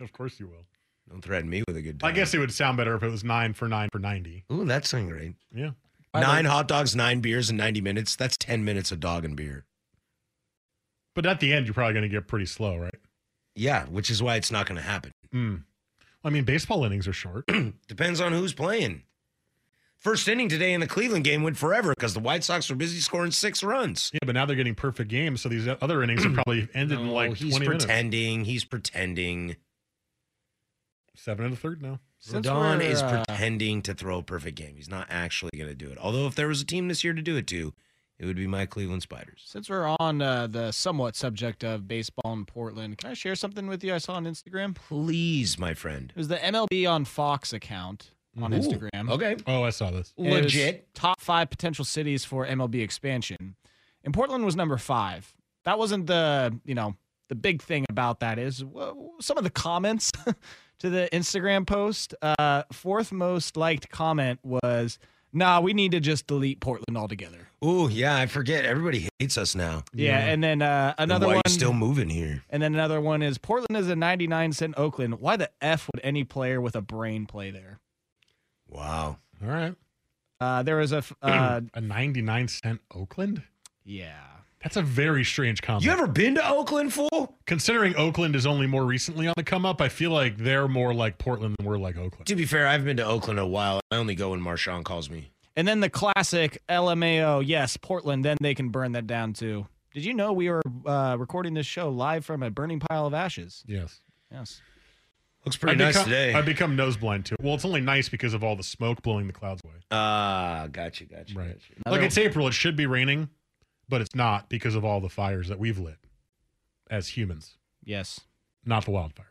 Speaker 1: of course you will.
Speaker 5: Don't threaten me with a good time.
Speaker 1: I guess it would sound better if it was nine for nine for 90.
Speaker 5: Ooh, that sounds great.
Speaker 1: Yeah.
Speaker 2: By the-
Speaker 5: Nine hot dogs, nine beers in 90 minutes. That's 10 minutes of dog and beer.
Speaker 1: But at the end, you're probably going to get pretty slow, right?
Speaker 5: Yeah, which is why it's not going to happen.
Speaker 1: Mm. I mean, baseball innings are short.
Speaker 5: Depends on who's playing. First inning today in the Cleveland game went forever because the White Sox were busy scoring six runs.
Speaker 1: yeah, but now they're getting perfect games. So these other innings have probably ended in
Speaker 5: No,
Speaker 1: like
Speaker 5: he's
Speaker 1: 20 minutes.
Speaker 5: pretending. He's pretending.
Speaker 1: Seven and a third now.
Speaker 2: Since
Speaker 5: Don
Speaker 2: we're,
Speaker 5: is
Speaker 2: uh,
Speaker 5: pretending to throw a perfect game. He's not actually going to do it. Although if there was a team this year to do it to, it would be my Cleveland Spiders.
Speaker 2: Since we're on uh, the somewhat subject of baseball in Portland, can I share something with you I saw on Instagram?
Speaker 5: Please, my friend.
Speaker 2: It was the MLB on Fox account on
Speaker 1: Ooh,
Speaker 2: Instagram.
Speaker 5: Okay.
Speaker 1: Oh, I saw this.
Speaker 2: And it was
Speaker 5: Legit.
Speaker 2: top five potential cities for MLB expansion. And Portland was number five. That wasn't the, you know, the big thing about that is well, some of the comments to the Instagram post, uh, fourth most liked comment was, "Nah, we need to just delete Portland altogether."
Speaker 5: Ooh, yeah, I forget. Everybody hates us now.
Speaker 2: Yeah, and then uh, another
Speaker 5: Why you
Speaker 2: one
Speaker 5: still moving here?
Speaker 2: And then another one is Portland is a 99 cent Oakland. Why the f would any player with a brain play there?
Speaker 5: Wow.
Speaker 1: All right.
Speaker 2: Uh, there was a f- uh,
Speaker 1: a 99 cent Oakland?
Speaker 2: yeah.
Speaker 1: That's a very strange comment.
Speaker 5: You ever been to Oakland, fool?
Speaker 1: Considering Oakland is only more recently on the come up, I feel like they're more like Portland than we're like Oakland.
Speaker 5: To be fair, I've been to Oakland a while. I only go when Marshawn calls me.
Speaker 2: And then the classic LMAO. Oh, Yes, Portland. Then they can burn that down too. Did you know we were uh, recording this show live from a burning pile of ashes?
Speaker 1: Yes.
Speaker 2: Yes.
Speaker 5: Looks pretty
Speaker 1: I
Speaker 5: nice
Speaker 1: become,
Speaker 5: today.
Speaker 1: I become nose blind too. Well, it's only nice because of all the smoke blowing the clouds away.
Speaker 5: Ah, gotcha, gotcha.
Speaker 1: Right.
Speaker 5: gotcha.
Speaker 1: Like it's April, it should be raining, but it's not because of all the fires that we've lit as humans,
Speaker 2: Yes.
Speaker 1: not the wildfires.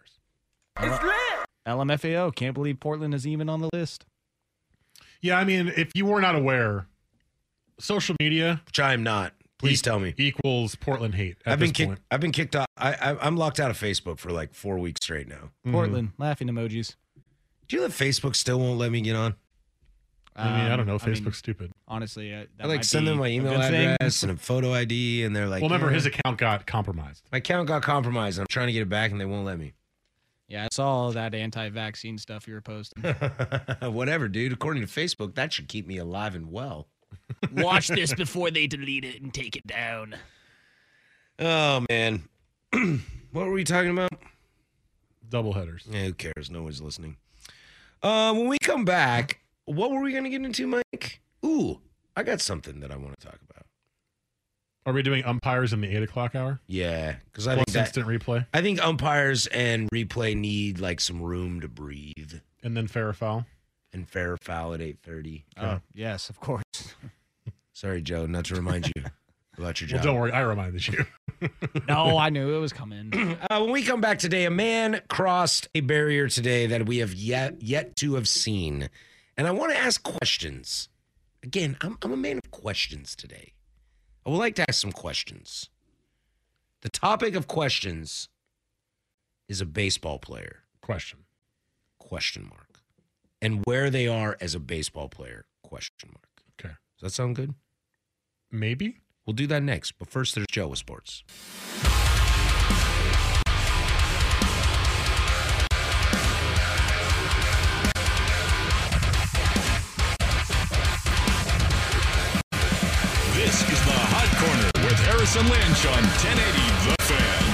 Speaker 2: LMFAO. Can't believe Portland is even on the list.
Speaker 1: Yeah, I mean, if you were not aware, social media
Speaker 5: Which I am not. Please
Speaker 1: e-
Speaker 5: tell me.
Speaker 1: equals Portland hate. At
Speaker 5: I've been
Speaker 1: this
Speaker 5: kicked.
Speaker 1: point.
Speaker 5: I've been kicked off. I, I, I'm locked out of Facebook for like four weeks straight now.
Speaker 2: Portland laughing emojis.
Speaker 5: Do you know that Facebook still won't let me get on?
Speaker 1: I mean, I don't know.
Speaker 2: Um,
Speaker 1: Facebook's
Speaker 2: mean,
Speaker 1: stupid.
Speaker 2: honestly, uh, that
Speaker 5: I like
Speaker 2: might
Speaker 5: send them
Speaker 2: be
Speaker 5: my
Speaker 2: a
Speaker 5: email
Speaker 2: good thing.
Speaker 5: address and a photo ID, and they're like,
Speaker 1: well, remember
Speaker 5: "Yeah,
Speaker 1: his account got compromised.
Speaker 5: My account got compromised. And I'm trying to get it back, and they won't let me.
Speaker 2: Yeah, I saw all that anti-vaccine stuff you were posting.
Speaker 5: Whatever, dude. According to Facebook, that should keep me alive and well.
Speaker 2: Watch this before they delete it and take it down.
Speaker 5: Oh man, what were we talking about?
Speaker 1: Double headers.
Speaker 5: Yeah, who cares? No one's listening. Uh, when we come back, what were we going to get into, Mike? Ooh, I got something that I want to talk about.
Speaker 1: Are we doing umpires in the eight o'clock hour?
Speaker 5: Yeah, because I
Speaker 1: Plus
Speaker 5: think that,
Speaker 1: instant replay
Speaker 5: I think umpires and replay need like some room to breathe
Speaker 1: and then fair or foul.
Speaker 5: and fair foul at eight thirty. Um,
Speaker 2: Oh, yes, of course.
Speaker 5: Sorry, Joe, not to remind you about your job.
Speaker 1: Well, don't worry, I reminded you.
Speaker 2: No, I knew it was coming.
Speaker 5: Uh, when we come back today, a man crossed a barrier today that we have yet yet to have seen, and I want to ask questions. Again, I'm I'm a man of questions today. I would like to ask some questions. The topic of questions is a baseball player
Speaker 1: Question.
Speaker 5: question mark, and where they are as a baseball player question mark.
Speaker 1: Okay.
Speaker 5: Does that sound good?
Speaker 1: Maybe.
Speaker 5: We'll do that next. But first, there's Joe with sports.
Speaker 3: This is the Hot Corner with Harrison Lynch on 1080 The Fan.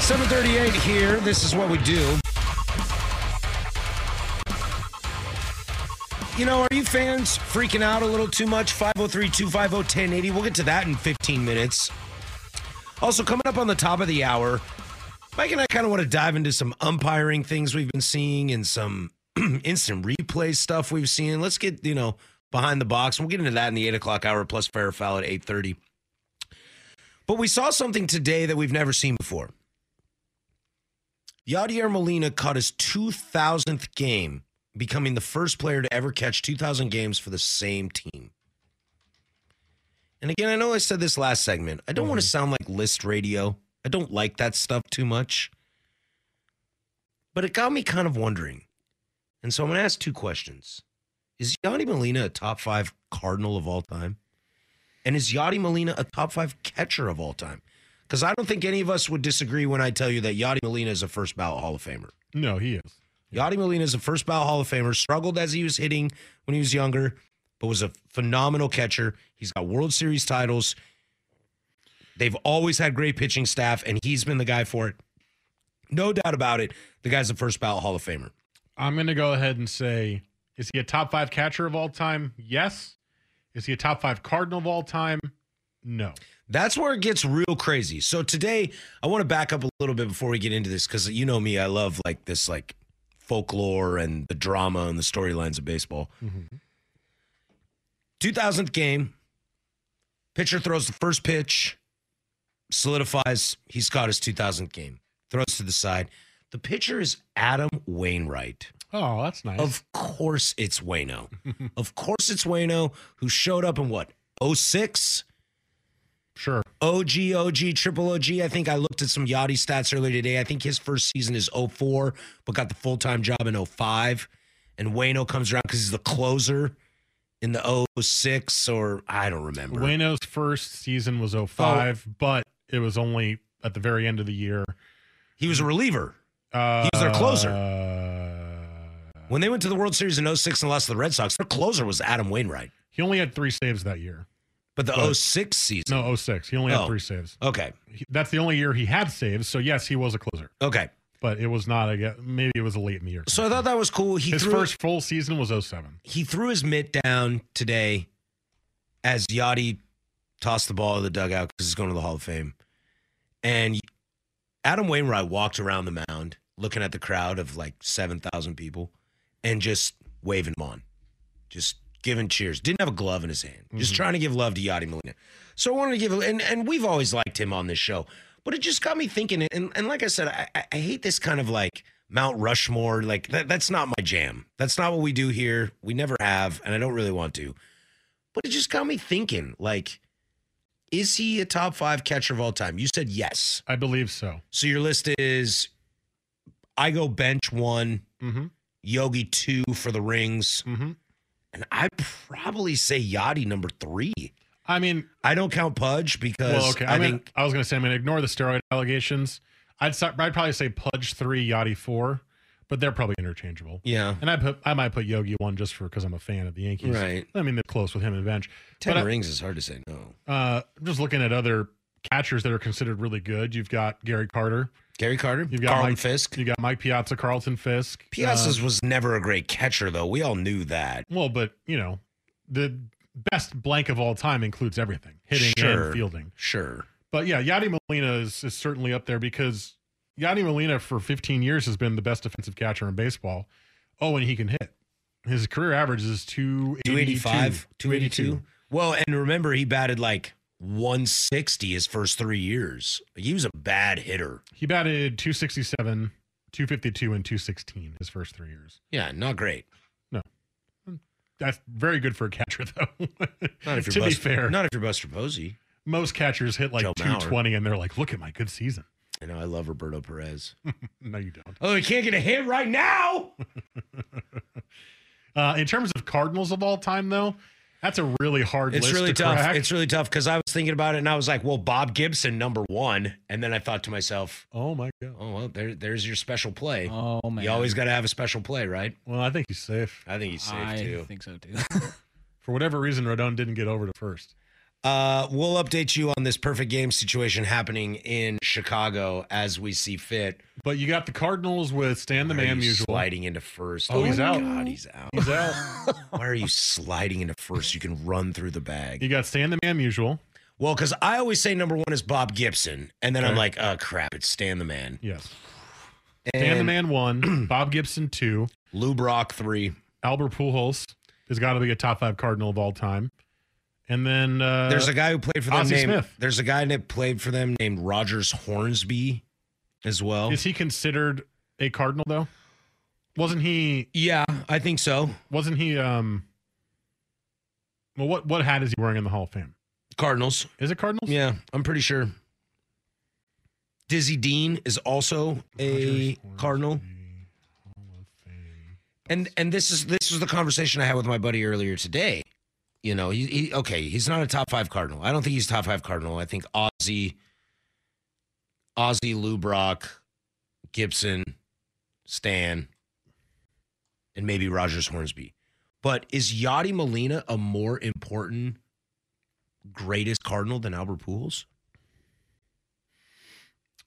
Speaker 5: Seven thirty-eight here. This is what we do. You know, are you fans freaking out a little too much? 503 250 1080. We'll get to that in 15 minutes. Also, coming up on the top of the hour, Mike and I kind of want to dive into some umpiring things we've been seeing and some instant replay stuff we've seen. Let's get, you know, behind the box. We'll get into that in the 8 o'clock hour, plus fair or foul at 8.30. But we saw something today that we've never seen before. Yadier Molina caught his 2,000th game, becoming the first player to ever catch 2,000 games for the same team. And again, I know I said this last segment. I don't want to sound like list radio. I don't like that stuff too much. But it got me kind of wondering. And so I'm going to ask two questions Is Yadi Molina a top five Cardinal of all time? And is Yadi Molina a top five catcher of all time? Because I don't think any of us would disagree when I tell you that Yadi Molina is a first ballot Hall of Famer.
Speaker 1: No, he is.
Speaker 5: Yadi Molina is a first ballot Hall of Famer, struggled as he was hitting when he was younger, but was a phenomenal catcher. He's got World Series titles. They've always had great pitching staff, and he's been the guy for it. No doubt about it. The guy's a first ballot Hall of Famer.
Speaker 1: I'm going to go ahead and say is he a top five catcher of all time? Yes. Is he a top five Cardinal of all time? No.
Speaker 5: That's where it gets real crazy. So today, I want to back up a little bit before we get into this because you know me, I love like this like folklore and the drama and the storylines of baseball. 2000th game, pitcher throws the first pitch, solidifies he's caught his 2000th game, throws to the side. The pitcher is Adam Wainwright.
Speaker 1: Oh, that's nice.
Speaker 5: Of course it's Wayno. of course it's Wayno who showed up in what? 06?
Speaker 1: Sure.
Speaker 5: OG, OG, triple OG. I think I looked at some Yachty stats earlier today. I think his first season is 04, but got the full time job in 05. And Wayno comes around because he's the closer in the 06 or I don't remember.
Speaker 1: Wayno's first season was 05,
Speaker 5: Oh.
Speaker 1: but it was only at the very end of the year.
Speaker 5: He was a reliever. he was their closer.
Speaker 1: Uh,
Speaker 5: When they went to the World Series in 06 and lost to the Red Sox, their closer was Adam Wainwright.
Speaker 1: he only had three saves that year.
Speaker 5: But the
Speaker 1: But-
Speaker 5: 06 season.
Speaker 1: No, 06. He only
Speaker 5: Oh.
Speaker 1: had three saves.
Speaker 5: Okay.
Speaker 1: He- that's the only year he had saves. So, yes, he was a closer,
Speaker 5: Okay.
Speaker 1: but it was not a, maybe it was a late in the year.
Speaker 5: So I thought that was cool. He
Speaker 1: His
Speaker 5: threw
Speaker 1: first full season was 07.
Speaker 5: he threw his mitt down today as Yachty tossed the ball to the dugout because he's going to the Hall of Fame. And Adam Wainwright walked around the mound looking at the crowd of like 7,000 people and just waving them on, just giving cheers. Didn't have a glove in his hand, just trying to give love to Yachty Molina. So I wanted to give, and, and we've always liked him on this show, but it just got me thinking. And, and like I said, I, I- I hate this kind of like Mount Rushmore. Like, that, that's not my jam. That's not what we do here. We never have, and I don't really want to. But it just got me thinking, like, is he a top five catcher of all time? You said yes.
Speaker 1: I believe so.
Speaker 5: So your list is I go bench one,
Speaker 1: Mhm.
Speaker 5: Yogi two for the rings,
Speaker 1: Mm-hmm.
Speaker 5: and I probably say Yachty number three.
Speaker 1: I mean,
Speaker 5: I don't count Pudge because
Speaker 1: well, okay.
Speaker 5: I,
Speaker 1: I, mean,
Speaker 5: think
Speaker 1: I was going to say, I mean, ignore the steroid allegations. I'd, start, I'd probably say Pudge 3, Yachty 4, but they're probably interchangeable.
Speaker 5: yeah,
Speaker 1: And I put I might put Yogi one just for because I'm a fan of the Yankees.
Speaker 5: Right.
Speaker 1: I mean they're close with him and bench.
Speaker 5: ten
Speaker 1: but I-
Speaker 5: rings is hard to say no.
Speaker 1: Uh, I'm just looking at other catchers that are considered really good. You've got Gary Carter.
Speaker 5: Gary Carter,
Speaker 1: You've got
Speaker 5: Carlton
Speaker 1: Mike-
Speaker 5: Fisk.
Speaker 1: You got Mike Piazza, Carlton Fisk.
Speaker 5: Piazza's
Speaker 1: Uh,
Speaker 5: was never a great catcher though. We all knew that.
Speaker 1: well, but you know the best blank of all time includes everything: hitting
Speaker 5: Sure.
Speaker 1: and fielding.
Speaker 5: Sure.
Speaker 1: But yeah, Yadi Molina is, is certainly up there because Yadi Molina for 15 years has been the best defensive catcher in baseball. Oh, and he can hit. His career average is 282.
Speaker 5: 285, 282. Well, and remember he batted like 160 his first three years. He was a bad hitter.
Speaker 1: He batted 267, 252, and 216 his first three years.
Speaker 5: Yeah, not great.
Speaker 1: That's very good for a catcher, though.
Speaker 5: Not if
Speaker 1: to
Speaker 5: you're
Speaker 1: be
Speaker 5: Buster,
Speaker 1: fair,
Speaker 5: Not if you're Buster Posey.
Speaker 1: most catchers hit like
Speaker 5: Joe Mauer.
Speaker 1: 220 and they're like, look at my good season.
Speaker 5: I know I love Roberto Perez.
Speaker 1: No, you don't.
Speaker 5: oh, he can't get a hit right now.
Speaker 1: Uh, in terms of Cardinals of all time, though, that's a really hard
Speaker 5: It's
Speaker 1: list
Speaker 5: really
Speaker 1: to
Speaker 5: tough.
Speaker 1: crack.
Speaker 5: It's really tough because I was thinking about it and I was like, well, Bob Gibson number one, and then I thought to myself,
Speaker 1: oh, my God.
Speaker 5: oh well, there, there's your special play.
Speaker 2: Oh man,
Speaker 5: you always got to have a special play, right?
Speaker 1: Well, I think he's safe.
Speaker 5: I think he's safe
Speaker 2: I
Speaker 5: too.
Speaker 2: think so too.
Speaker 1: For whatever reason, Rodon didn't get over to first.
Speaker 5: Uh, we'll update you on this perfect game situation happening in Chicago as we see fit.
Speaker 1: But you got the Cardinals with Stan the
Speaker 5: Why are
Speaker 1: Man
Speaker 5: you
Speaker 1: usual.
Speaker 5: sliding into first.
Speaker 1: Oh, he's out.
Speaker 5: God, he's Oh out.
Speaker 1: He's out.
Speaker 5: Why are you sliding into first? You can run through the bag.
Speaker 1: you got Stan the Man usual.
Speaker 5: Well, because I always say number one is Bob Gibson, and then I'm
Speaker 1: Okay.
Speaker 5: like, oh crap, it's Stan the Man.
Speaker 1: Yes.
Speaker 5: And
Speaker 1: Stan the Man one, Bob Gibson two,
Speaker 5: Lou Brock three.
Speaker 1: Albert Pujols has got to be a top five Cardinal of all time. And then uh,
Speaker 5: There's a guy who played for them
Speaker 1: Ozzie
Speaker 5: named.
Speaker 1: Smith.
Speaker 5: There's a guy that played for them named Rogers Hornsby, as well.
Speaker 1: is he considered a Cardinal though? Wasn't he?
Speaker 5: yeah, I think so.
Speaker 1: Wasn't he? Um. Well, what what hat is he wearing in the Hall of Fame?
Speaker 5: Cardinals.
Speaker 1: Is it Cardinals?
Speaker 5: Yeah, I'm pretty sure. Dizzy Dean is also a
Speaker 1: Rogers, Hornsby,
Speaker 5: Cardinal.
Speaker 1: Hall of Fame.
Speaker 5: and and this is this was the conversation I had with my buddy earlier today. You know, he, he okay, he's not a top five cardinal. I don't think he's a top five cardinal. I think Ozzy, Ozzy, Lou Brock, Gibson, Stan, and maybe Rogers Hornsby. But is Yachty Molina a more important, greatest cardinal than Albert Pujols?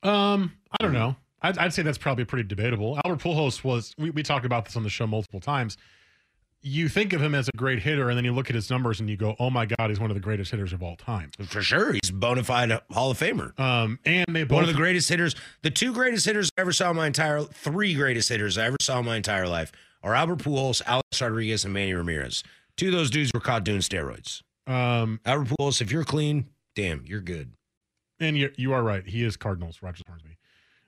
Speaker 1: Um, I don't know. I'd, I'd say that's probably pretty debatable. Albert Pujols was. We we talked about this on the show multiple times. You think of him as a great hitter, and then you look at his numbers, and you go, "Oh my God, he's one of the greatest hitters of all time."
Speaker 5: For sure, he's a bona fide Hall of Famer.
Speaker 1: Um, and they both
Speaker 5: One of the greatest hitters, the two greatest hitters I ever saw in my entire, three greatest hitters I ever saw in my entire life are Albert Pujols, Alex Rodriguez, and Manny Ramirez. Two of those dudes were caught doing steroids.
Speaker 1: Um,
Speaker 5: Albert Pujols, if you're clean, damn, you're good.
Speaker 1: and you you are right. He is Cardinals. Rogers Hornsby.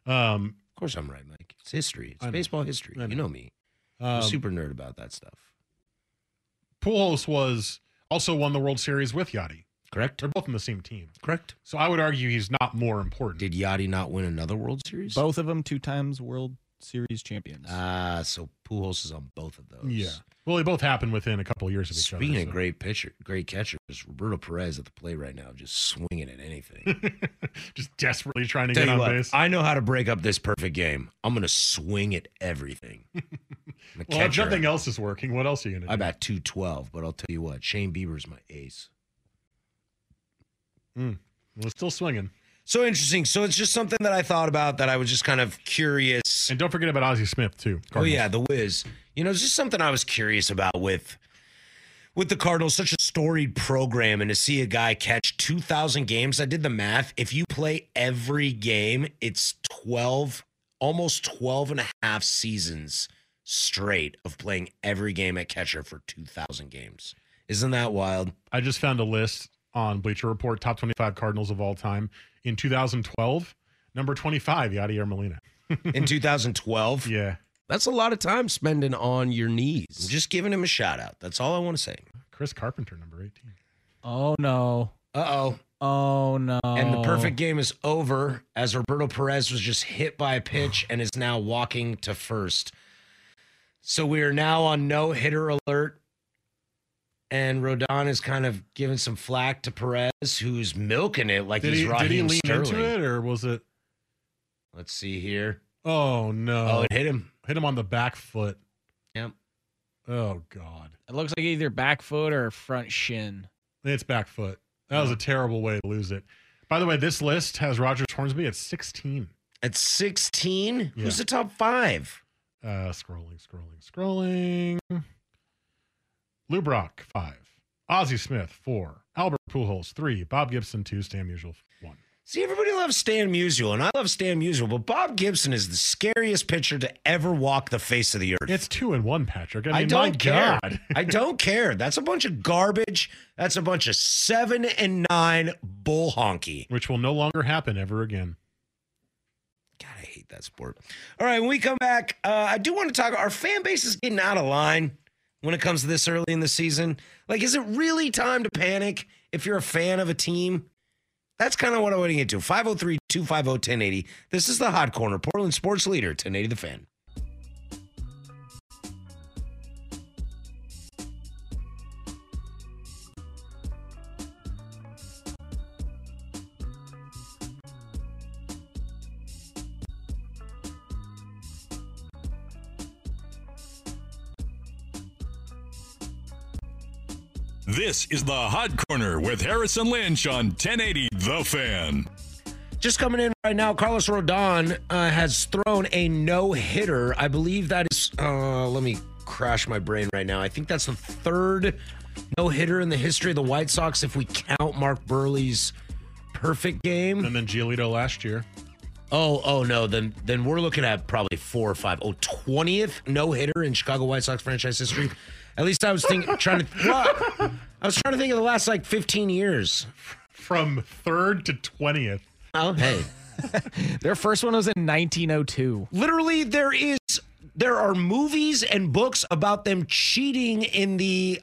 Speaker 1: Um,
Speaker 5: Of course, I'm right, Mike. It's history. It's
Speaker 1: I know.
Speaker 5: baseball history.
Speaker 1: I
Speaker 5: You
Speaker 1: know. Um,
Speaker 5: know me. I'm a super nerd about that stuff.
Speaker 1: Pujols was also won the World Series with Yachty.
Speaker 5: Correct.
Speaker 1: They're both on the same team.
Speaker 5: Correct.
Speaker 1: So I would argue he's not more important.
Speaker 5: Did Yachty not win another World Series?
Speaker 2: Both of them two times World Series champions.
Speaker 5: Ah, so Pujols is on both of those.
Speaker 1: Yeah. Well, they both happened within a couple of years of each
Speaker 5: Speaking
Speaker 1: other.
Speaker 5: of great pitcher, great catchers, Roberto Perez at the plate right now, just swinging at anything.
Speaker 1: just desperately trying to
Speaker 5: Tell
Speaker 1: get
Speaker 5: you
Speaker 1: on
Speaker 5: what,
Speaker 1: base.
Speaker 5: I know how to break up this perfect game. I'm gonna swing at everything. I'm a
Speaker 1: well, if
Speaker 5: catcher.
Speaker 1: nothing else is working, what else are you gonna do?
Speaker 5: I bat 212, but I'll tell you what, Shane Bieber's my ace.
Speaker 1: Mm. Well, still swinging.
Speaker 5: So interesting. So it's just something that I thought about that I was just kind of curious.
Speaker 1: And don't forget about Ozzie Smith too.
Speaker 5: Oh yeah,
Speaker 1: Cardinals.
Speaker 5: the Wiz. You know, it's just something I was curious about with with the Cardinals, such a storied program, and to see a guy catch two thousand games. I did the math. If you play every game, it's twelve, almost 12 and a half seasons straight of playing every game at catcher for two thousand games. Isn't that wild?
Speaker 1: I just found a list on Bleacher Report top 25 Cardinals of all time in 2012. Number 25, Yadier Molina.
Speaker 5: In 2012,
Speaker 1: Yeah,
Speaker 5: that's a lot of time spending on your knees. I'm just giving him a shout out. That's all I want to say.
Speaker 1: Chris Carpenter, number 18.
Speaker 2: Oh no.
Speaker 5: Uh oh.
Speaker 2: Oh no.
Speaker 5: And the perfect game is over as Roberto Perez was just hit by a pitch and is now walking to first. So we are now on no hitter alert. And Rodon is kind of giving some flack to Perez, who's milking it like
Speaker 1: Did
Speaker 5: he's
Speaker 1: he,
Speaker 5: Raheem
Speaker 1: did he lean
Speaker 5: Sterling.
Speaker 1: into it or was it?
Speaker 5: Let's see here.
Speaker 1: Oh no!
Speaker 5: Oh, it hit him.
Speaker 1: Hit him on the back foot.
Speaker 5: Yep.
Speaker 1: Oh god,
Speaker 2: It looks like either back foot or front shin.
Speaker 1: it's back foot. That was a terrible way to lose it. By the way, this list has Rogers Hornsby at 16.
Speaker 5: At 16,
Speaker 1: Yeah.
Speaker 5: who's the top five?
Speaker 1: Uh, scrolling, scrolling, scrolling. Lou Brock, five. Ozzie Smith, four. Albert Pujols, three. Bob Gibson, two. Stan Musial, one.
Speaker 5: See, everybody loves Stan Musial, and I love Stan Musial, but Bob Gibson is the scariest pitcher to ever walk the face of the earth.
Speaker 1: It's two and one, Patrick. I, mean,
Speaker 5: I don't
Speaker 1: my
Speaker 5: care.
Speaker 1: God.
Speaker 5: I don't care. That's a bunch of garbage. That's a bunch of seven and nine bull honky.
Speaker 1: Which will no longer happen ever again.
Speaker 5: God, I hate that sport. All right, when we come back, uh, I do want to talk. Our fan base is getting out of line when it comes to this early in the season. Like, is it really time to panic if you're a fan of a team? That's kind of what I want to get to. 503 250 1080. oh, This is the Hot Corner, Portland Sports Leader, 1080 The Fan.
Speaker 3: This is the Hot Corner with Harrison Lynch on 1080 The Fan.
Speaker 5: Just coming in right now, Carlos Rodon uh, has thrown a no hitter. I believe that is, uh, let me crash my brain right now. I think that's the third no hitter in the history of the White Sox if we count Mark Burley's perfect game.
Speaker 1: And then Giolito last year.
Speaker 5: Oh, oh no, then then we're looking at probably four or five. Oh, 20th no hitter in Chicago White Sox franchise history. At least I was thinking, trying to, I was trying to think of the last like 15 years.
Speaker 1: From third to 20th.
Speaker 5: Oh, hey.
Speaker 2: Their first one was in 1902.
Speaker 5: literally there is there are movies and books about them cheating in the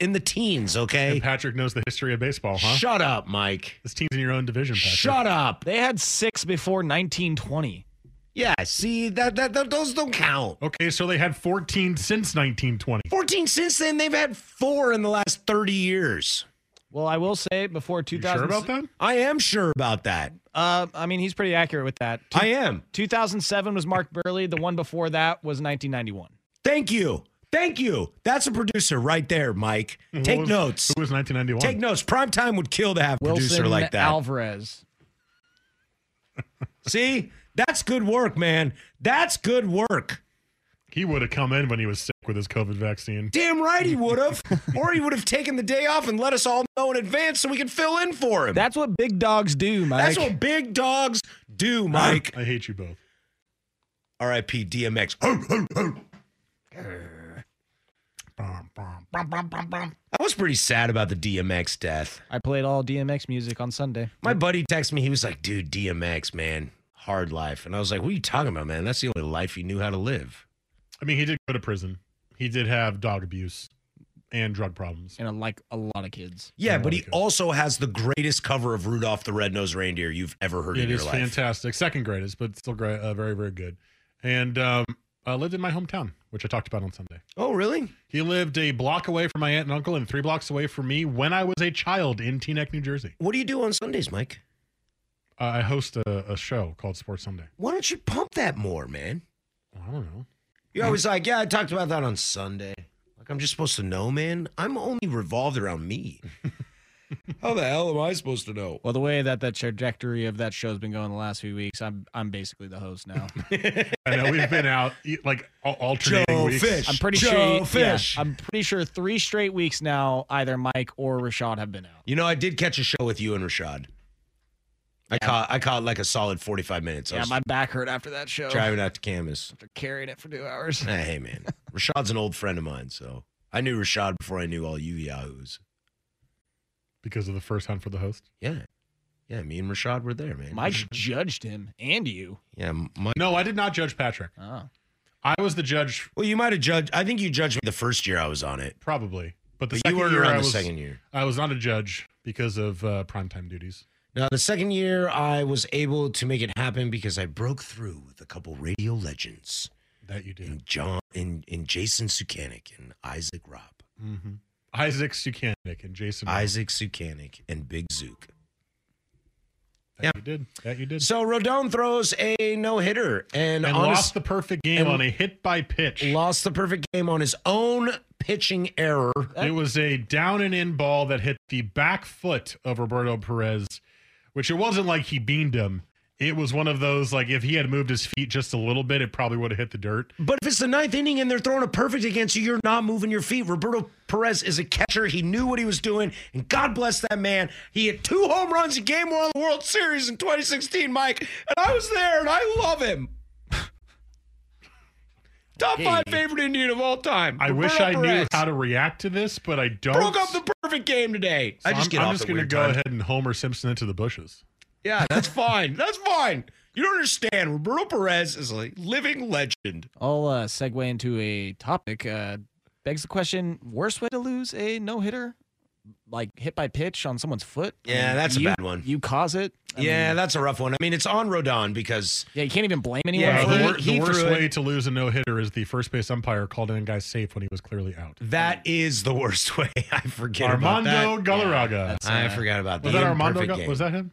Speaker 5: in the teens okay
Speaker 1: And Patrick knows the history of baseball, huh?
Speaker 5: shut up mike
Speaker 1: this team's in your own division, Patrick.
Speaker 5: shut up
Speaker 2: They had six before 1920.
Speaker 5: yeah see that, that that those don't count
Speaker 1: Okay, so they had 14 since 1920.
Speaker 5: 14 since then they've had four in the last 30 years
Speaker 2: Well, I will say before
Speaker 1: You sure
Speaker 2: 2000.
Speaker 1: about that?
Speaker 5: i am sure about that
Speaker 2: Uh, I mean, he's pretty accurate with that. Two-
Speaker 5: i am
Speaker 2: 2007 was Mark Burley. The one before that was 1991.
Speaker 5: thank you thank you that's a producer right there mike take
Speaker 1: Who was-
Speaker 5: notes
Speaker 1: Who was 1991?
Speaker 5: take notes prime time would kill to have a
Speaker 2: Wilson
Speaker 5: producer like that
Speaker 2: Alvarez.
Speaker 5: see that's good work man that's good work
Speaker 1: He would have come in when he was sick with his COVID vaccine.
Speaker 5: Damn right he would have. or he would have taken the day off and let us all know in advance so we could fill in for him.
Speaker 2: That's what big dogs do, Mike.
Speaker 5: That's what big dogs do, Mike.
Speaker 1: I hate you both.
Speaker 5: R.I.P. DMX. I
Speaker 1: Bum, bum, bum, bum, bum, bum.
Speaker 5: was pretty sad about the DMX death.
Speaker 2: I played all DMX music on Sunday.
Speaker 5: My buddy texted me. He was like, dude, DMX, man, hard life. And I was like, what are you talking about, man? That's the only life he knew how to live.
Speaker 1: I mean, he did go to prison. He did have dog abuse and drug problems,
Speaker 2: and like a lot of kids.
Speaker 5: Yeah, but he also has the greatest cover of Rudolph the Red-Nosed Reindeer you've ever heard in
Speaker 1: It
Speaker 5: your
Speaker 1: is
Speaker 5: life.
Speaker 1: fantastic. Second greatest, but still great, uh, very, very good. And um, uh, lived in my hometown, which I talked about on Sunday.
Speaker 5: Oh, really?
Speaker 1: He lived a block away from my aunt and uncle and three blocks away from me when I was a child in Teaneck, New Jersey.
Speaker 5: What do you do on Sundays, Mike?
Speaker 1: Uh, I host a, a show called Sports Sunday.
Speaker 5: Why don't you pump that more, man?
Speaker 1: I don't know.
Speaker 5: You're always like, yeah, I talked about that on Sunday. Like, I'm just supposed to know, man. I'm only revolved around me. How the hell am I supposed to know?
Speaker 2: Well, the way that that trajectory of that show's been going the last few weeks, I'm I'm basically the host now.
Speaker 1: I know we've been out e- like al- alternating
Speaker 5: Joe
Speaker 1: weeks.
Speaker 5: Fish.
Speaker 2: I'm pretty
Speaker 5: Joe
Speaker 2: sure. yeah,
Speaker 5: Fish.
Speaker 2: I'm pretty sure three straight weeks now, Oh, either Mike or Rashad have been out.
Speaker 5: You know, I did catch a show with you and Rashad. I caught I caught like a solid 45 minutes. I
Speaker 2: yeah,
Speaker 5: was
Speaker 2: my back hurt after that show.
Speaker 5: driving out to Camas.
Speaker 2: After carrying it for two hours.
Speaker 5: Nah, hey, man. Rashad's an old friend of mine, so I knew Rashad before I knew all you yahoos.
Speaker 1: Because of the first hunt for the host.
Speaker 5: Yeah. Yeah, me and Rashad were there, man.
Speaker 2: Mike judged him and you.
Speaker 5: Yeah, Mike.
Speaker 1: No, I did not judge Patrick.
Speaker 2: Oh.
Speaker 1: I was the judge
Speaker 5: Well, you might have judged. I think you judged me the first year I was on it.
Speaker 1: probably, but the
Speaker 5: But you
Speaker 1: second
Speaker 5: weren't
Speaker 1: year
Speaker 5: around
Speaker 1: I
Speaker 5: the
Speaker 1: was
Speaker 5: second year.
Speaker 1: I was not a judge because of uh, primetime duties.
Speaker 5: Now, the second year, I was able to make it happen because I broke through with a couple radio legends
Speaker 1: That you did.
Speaker 5: in John in, in Jason Sukanik and Isaac Robb.
Speaker 1: Mm-hmm. Isaac Sukanik and Jason.
Speaker 5: Isaac Sukanik and Big Zook.
Speaker 1: That
Speaker 5: yeah.
Speaker 1: you did. That you did.
Speaker 5: So Rodon throws a no hitter and,
Speaker 1: and
Speaker 5: honest-
Speaker 1: lost the perfect game
Speaker 5: and-
Speaker 1: on a hit by pitch.
Speaker 5: lost the perfect game on his own pitching error.
Speaker 1: It was a down and in ball that hit the back foot of Roberto Perez, which it wasn't like he beamed him. It was one of those like if he had moved his feet just a little bit, it probably would have hit the dirt.
Speaker 5: But if it's the ninth inning and they're throwing a perfect against you, you're not moving your feet. Roberto Perez is a catcher. He knew what he was doing, and God bless that man. He hit two home runs in Game One of the World Series in 2016, Mike, and I was there, and I love him. Top five favorite Indian of all time.
Speaker 1: I wish
Speaker 5: Roberto
Speaker 1: I knew
Speaker 5: Perez.
Speaker 1: how to react to this, but I don't.
Speaker 5: broke up the perfect game today.
Speaker 1: So I'm, I'm just gonna go ahead and Homer Simpson into the bushes.
Speaker 5: Yeah, that's fine. That's fine. You don't understand. Roberto Perez is a living legend.
Speaker 2: I'll uh, segue into a topic. Uh, begs the question: worst way to lose a no hitter, like hit by pitch on someone's foot. I
Speaker 5: Yeah,
Speaker 2: mean,
Speaker 5: that's a
Speaker 2: you-
Speaker 5: bad one.
Speaker 2: You cause it. I
Speaker 5: yeah,
Speaker 2: mean,
Speaker 5: that's a rough one. I mean, it's on Rodon because
Speaker 2: yeah. You can't even blame anyone.
Speaker 5: Yeah,
Speaker 1: Uh,
Speaker 2: for
Speaker 1: the
Speaker 2: it.
Speaker 5: he-
Speaker 1: wor- the
Speaker 5: he
Speaker 1: worst
Speaker 5: threw it.
Speaker 1: way to lose a no hitter is the first base umpire called in a guy safe when he was clearly out.
Speaker 5: that is the worst way. I forget
Speaker 1: Armando
Speaker 5: about that.
Speaker 1: Galarraga.
Speaker 2: that's-
Speaker 5: I
Speaker 2: uh,
Speaker 5: forgot about
Speaker 1: was
Speaker 5: the
Speaker 1: that Armando?
Speaker 5: imperfect
Speaker 1: Ga-
Speaker 5: game.
Speaker 1: was that him?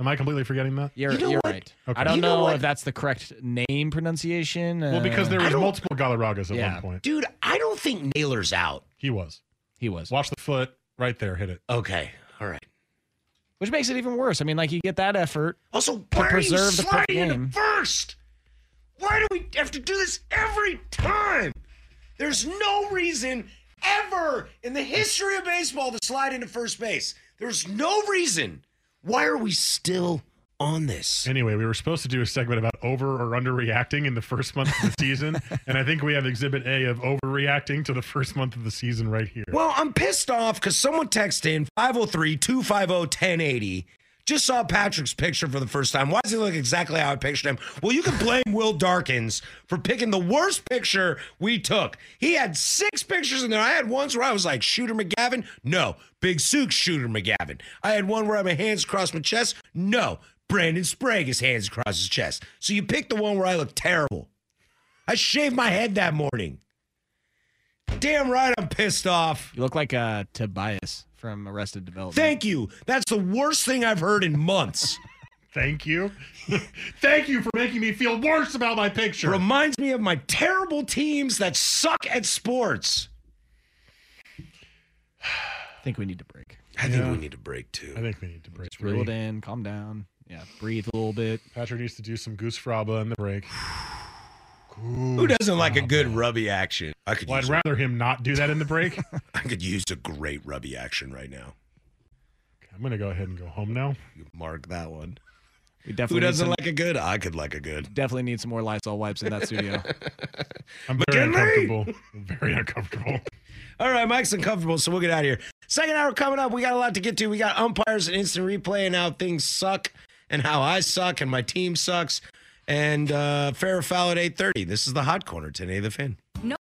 Speaker 1: Am I completely forgetting that?
Speaker 2: You're,
Speaker 5: You know
Speaker 2: you are
Speaker 5: what?
Speaker 2: right.
Speaker 1: Okay.
Speaker 2: I don't
Speaker 5: You know
Speaker 2: know,
Speaker 5: what?
Speaker 2: if that's the correct name pronunciation.
Speaker 1: Well, because
Speaker 2: uh,
Speaker 1: there
Speaker 5: I
Speaker 1: was
Speaker 5: don't-
Speaker 1: multiple Galarragas at
Speaker 2: Yeah.
Speaker 1: one point.
Speaker 5: Dude, I don't think Naylor's out.
Speaker 1: He was.
Speaker 2: he was,
Speaker 1: Watch the foot right there. Hit it.
Speaker 5: Okay. All right.
Speaker 2: which makes it even worse. I mean, like you get that effort.
Speaker 5: Also, why are you
Speaker 2: preserve the perfect
Speaker 5: sliding in
Speaker 2: game.
Speaker 5: first? Why do we have to do this every time? There's no reason ever in the history of baseball to slide into first base. There's no reason. Why are we still on this?
Speaker 1: Anyway, we were supposed to do a segment about over or underreacting in the first month of the season, and I think we have Exhibit A of overreacting to the first month of the season right here.
Speaker 5: Well, I'm pissed off because someone texted in 503 250 1080. Just saw Patrick's picture for the first time. Why does he look exactly how I pictured him? Well, you can blame Will Darkins for picking the worst picture we took. He had six pictures in there. I had ones where I was like, Shooter McGavin? No. Big Sook, Shooter McGavin. I had one where I had my hands across my chest? No. Brandon Sprague, his hands across his chest. So you picked the one where I look terrible. I shaved my head that morning. Damn right I'm pissed off.
Speaker 2: You look like uh, Tobias from Arrested Development.
Speaker 5: Thank you. That's the worst thing I've heard in months.
Speaker 1: Thank you. Thank you for making me feel worse about my picture.
Speaker 5: Reminds me of my terrible teams that suck at sports.
Speaker 2: I think we need to break.
Speaker 5: I think we need a break
Speaker 1: I
Speaker 5: too.
Speaker 1: think we need to break.
Speaker 2: Just reel it in. Calm down. Yeah, breathe a little bit.
Speaker 1: Patrick needs to do some goose fraba in the break.
Speaker 5: Who doesn't like a
Speaker 2: Oh,
Speaker 5: good rubby action? I could
Speaker 1: Well, I'd
Speaker 5: use,
Speaker 1: rather him not do that in the break.
Speaker 5: I could use a great rubby action right now.
Speaker 1: I'm gonna go ahead and go home now.
Speaker 5: You mark that one.
Speaker 2: We
Speaker 5: Who
Speaker 2: definitely need
Speaker 5: doesn't
Speaker 2: some,
Speaker 5: like a good? I could like a good.
Speaker 2: definitely need some more Lysol wipes in that studio.
Speaker 1: I'm very
Speaker 5: McKinley!
Speaker 1: uncomfortable. Very uncomfortable.
Speaker 5: All right, Mike's uncomfortable, so we'll get out of here. Second hour coming up. We got a lot to get to. We got umpires and instant replay and how things suck and how I suck and my team sucks. and uh, fair or foul at 8.30. This is the Hot Corner, 10A The Fan.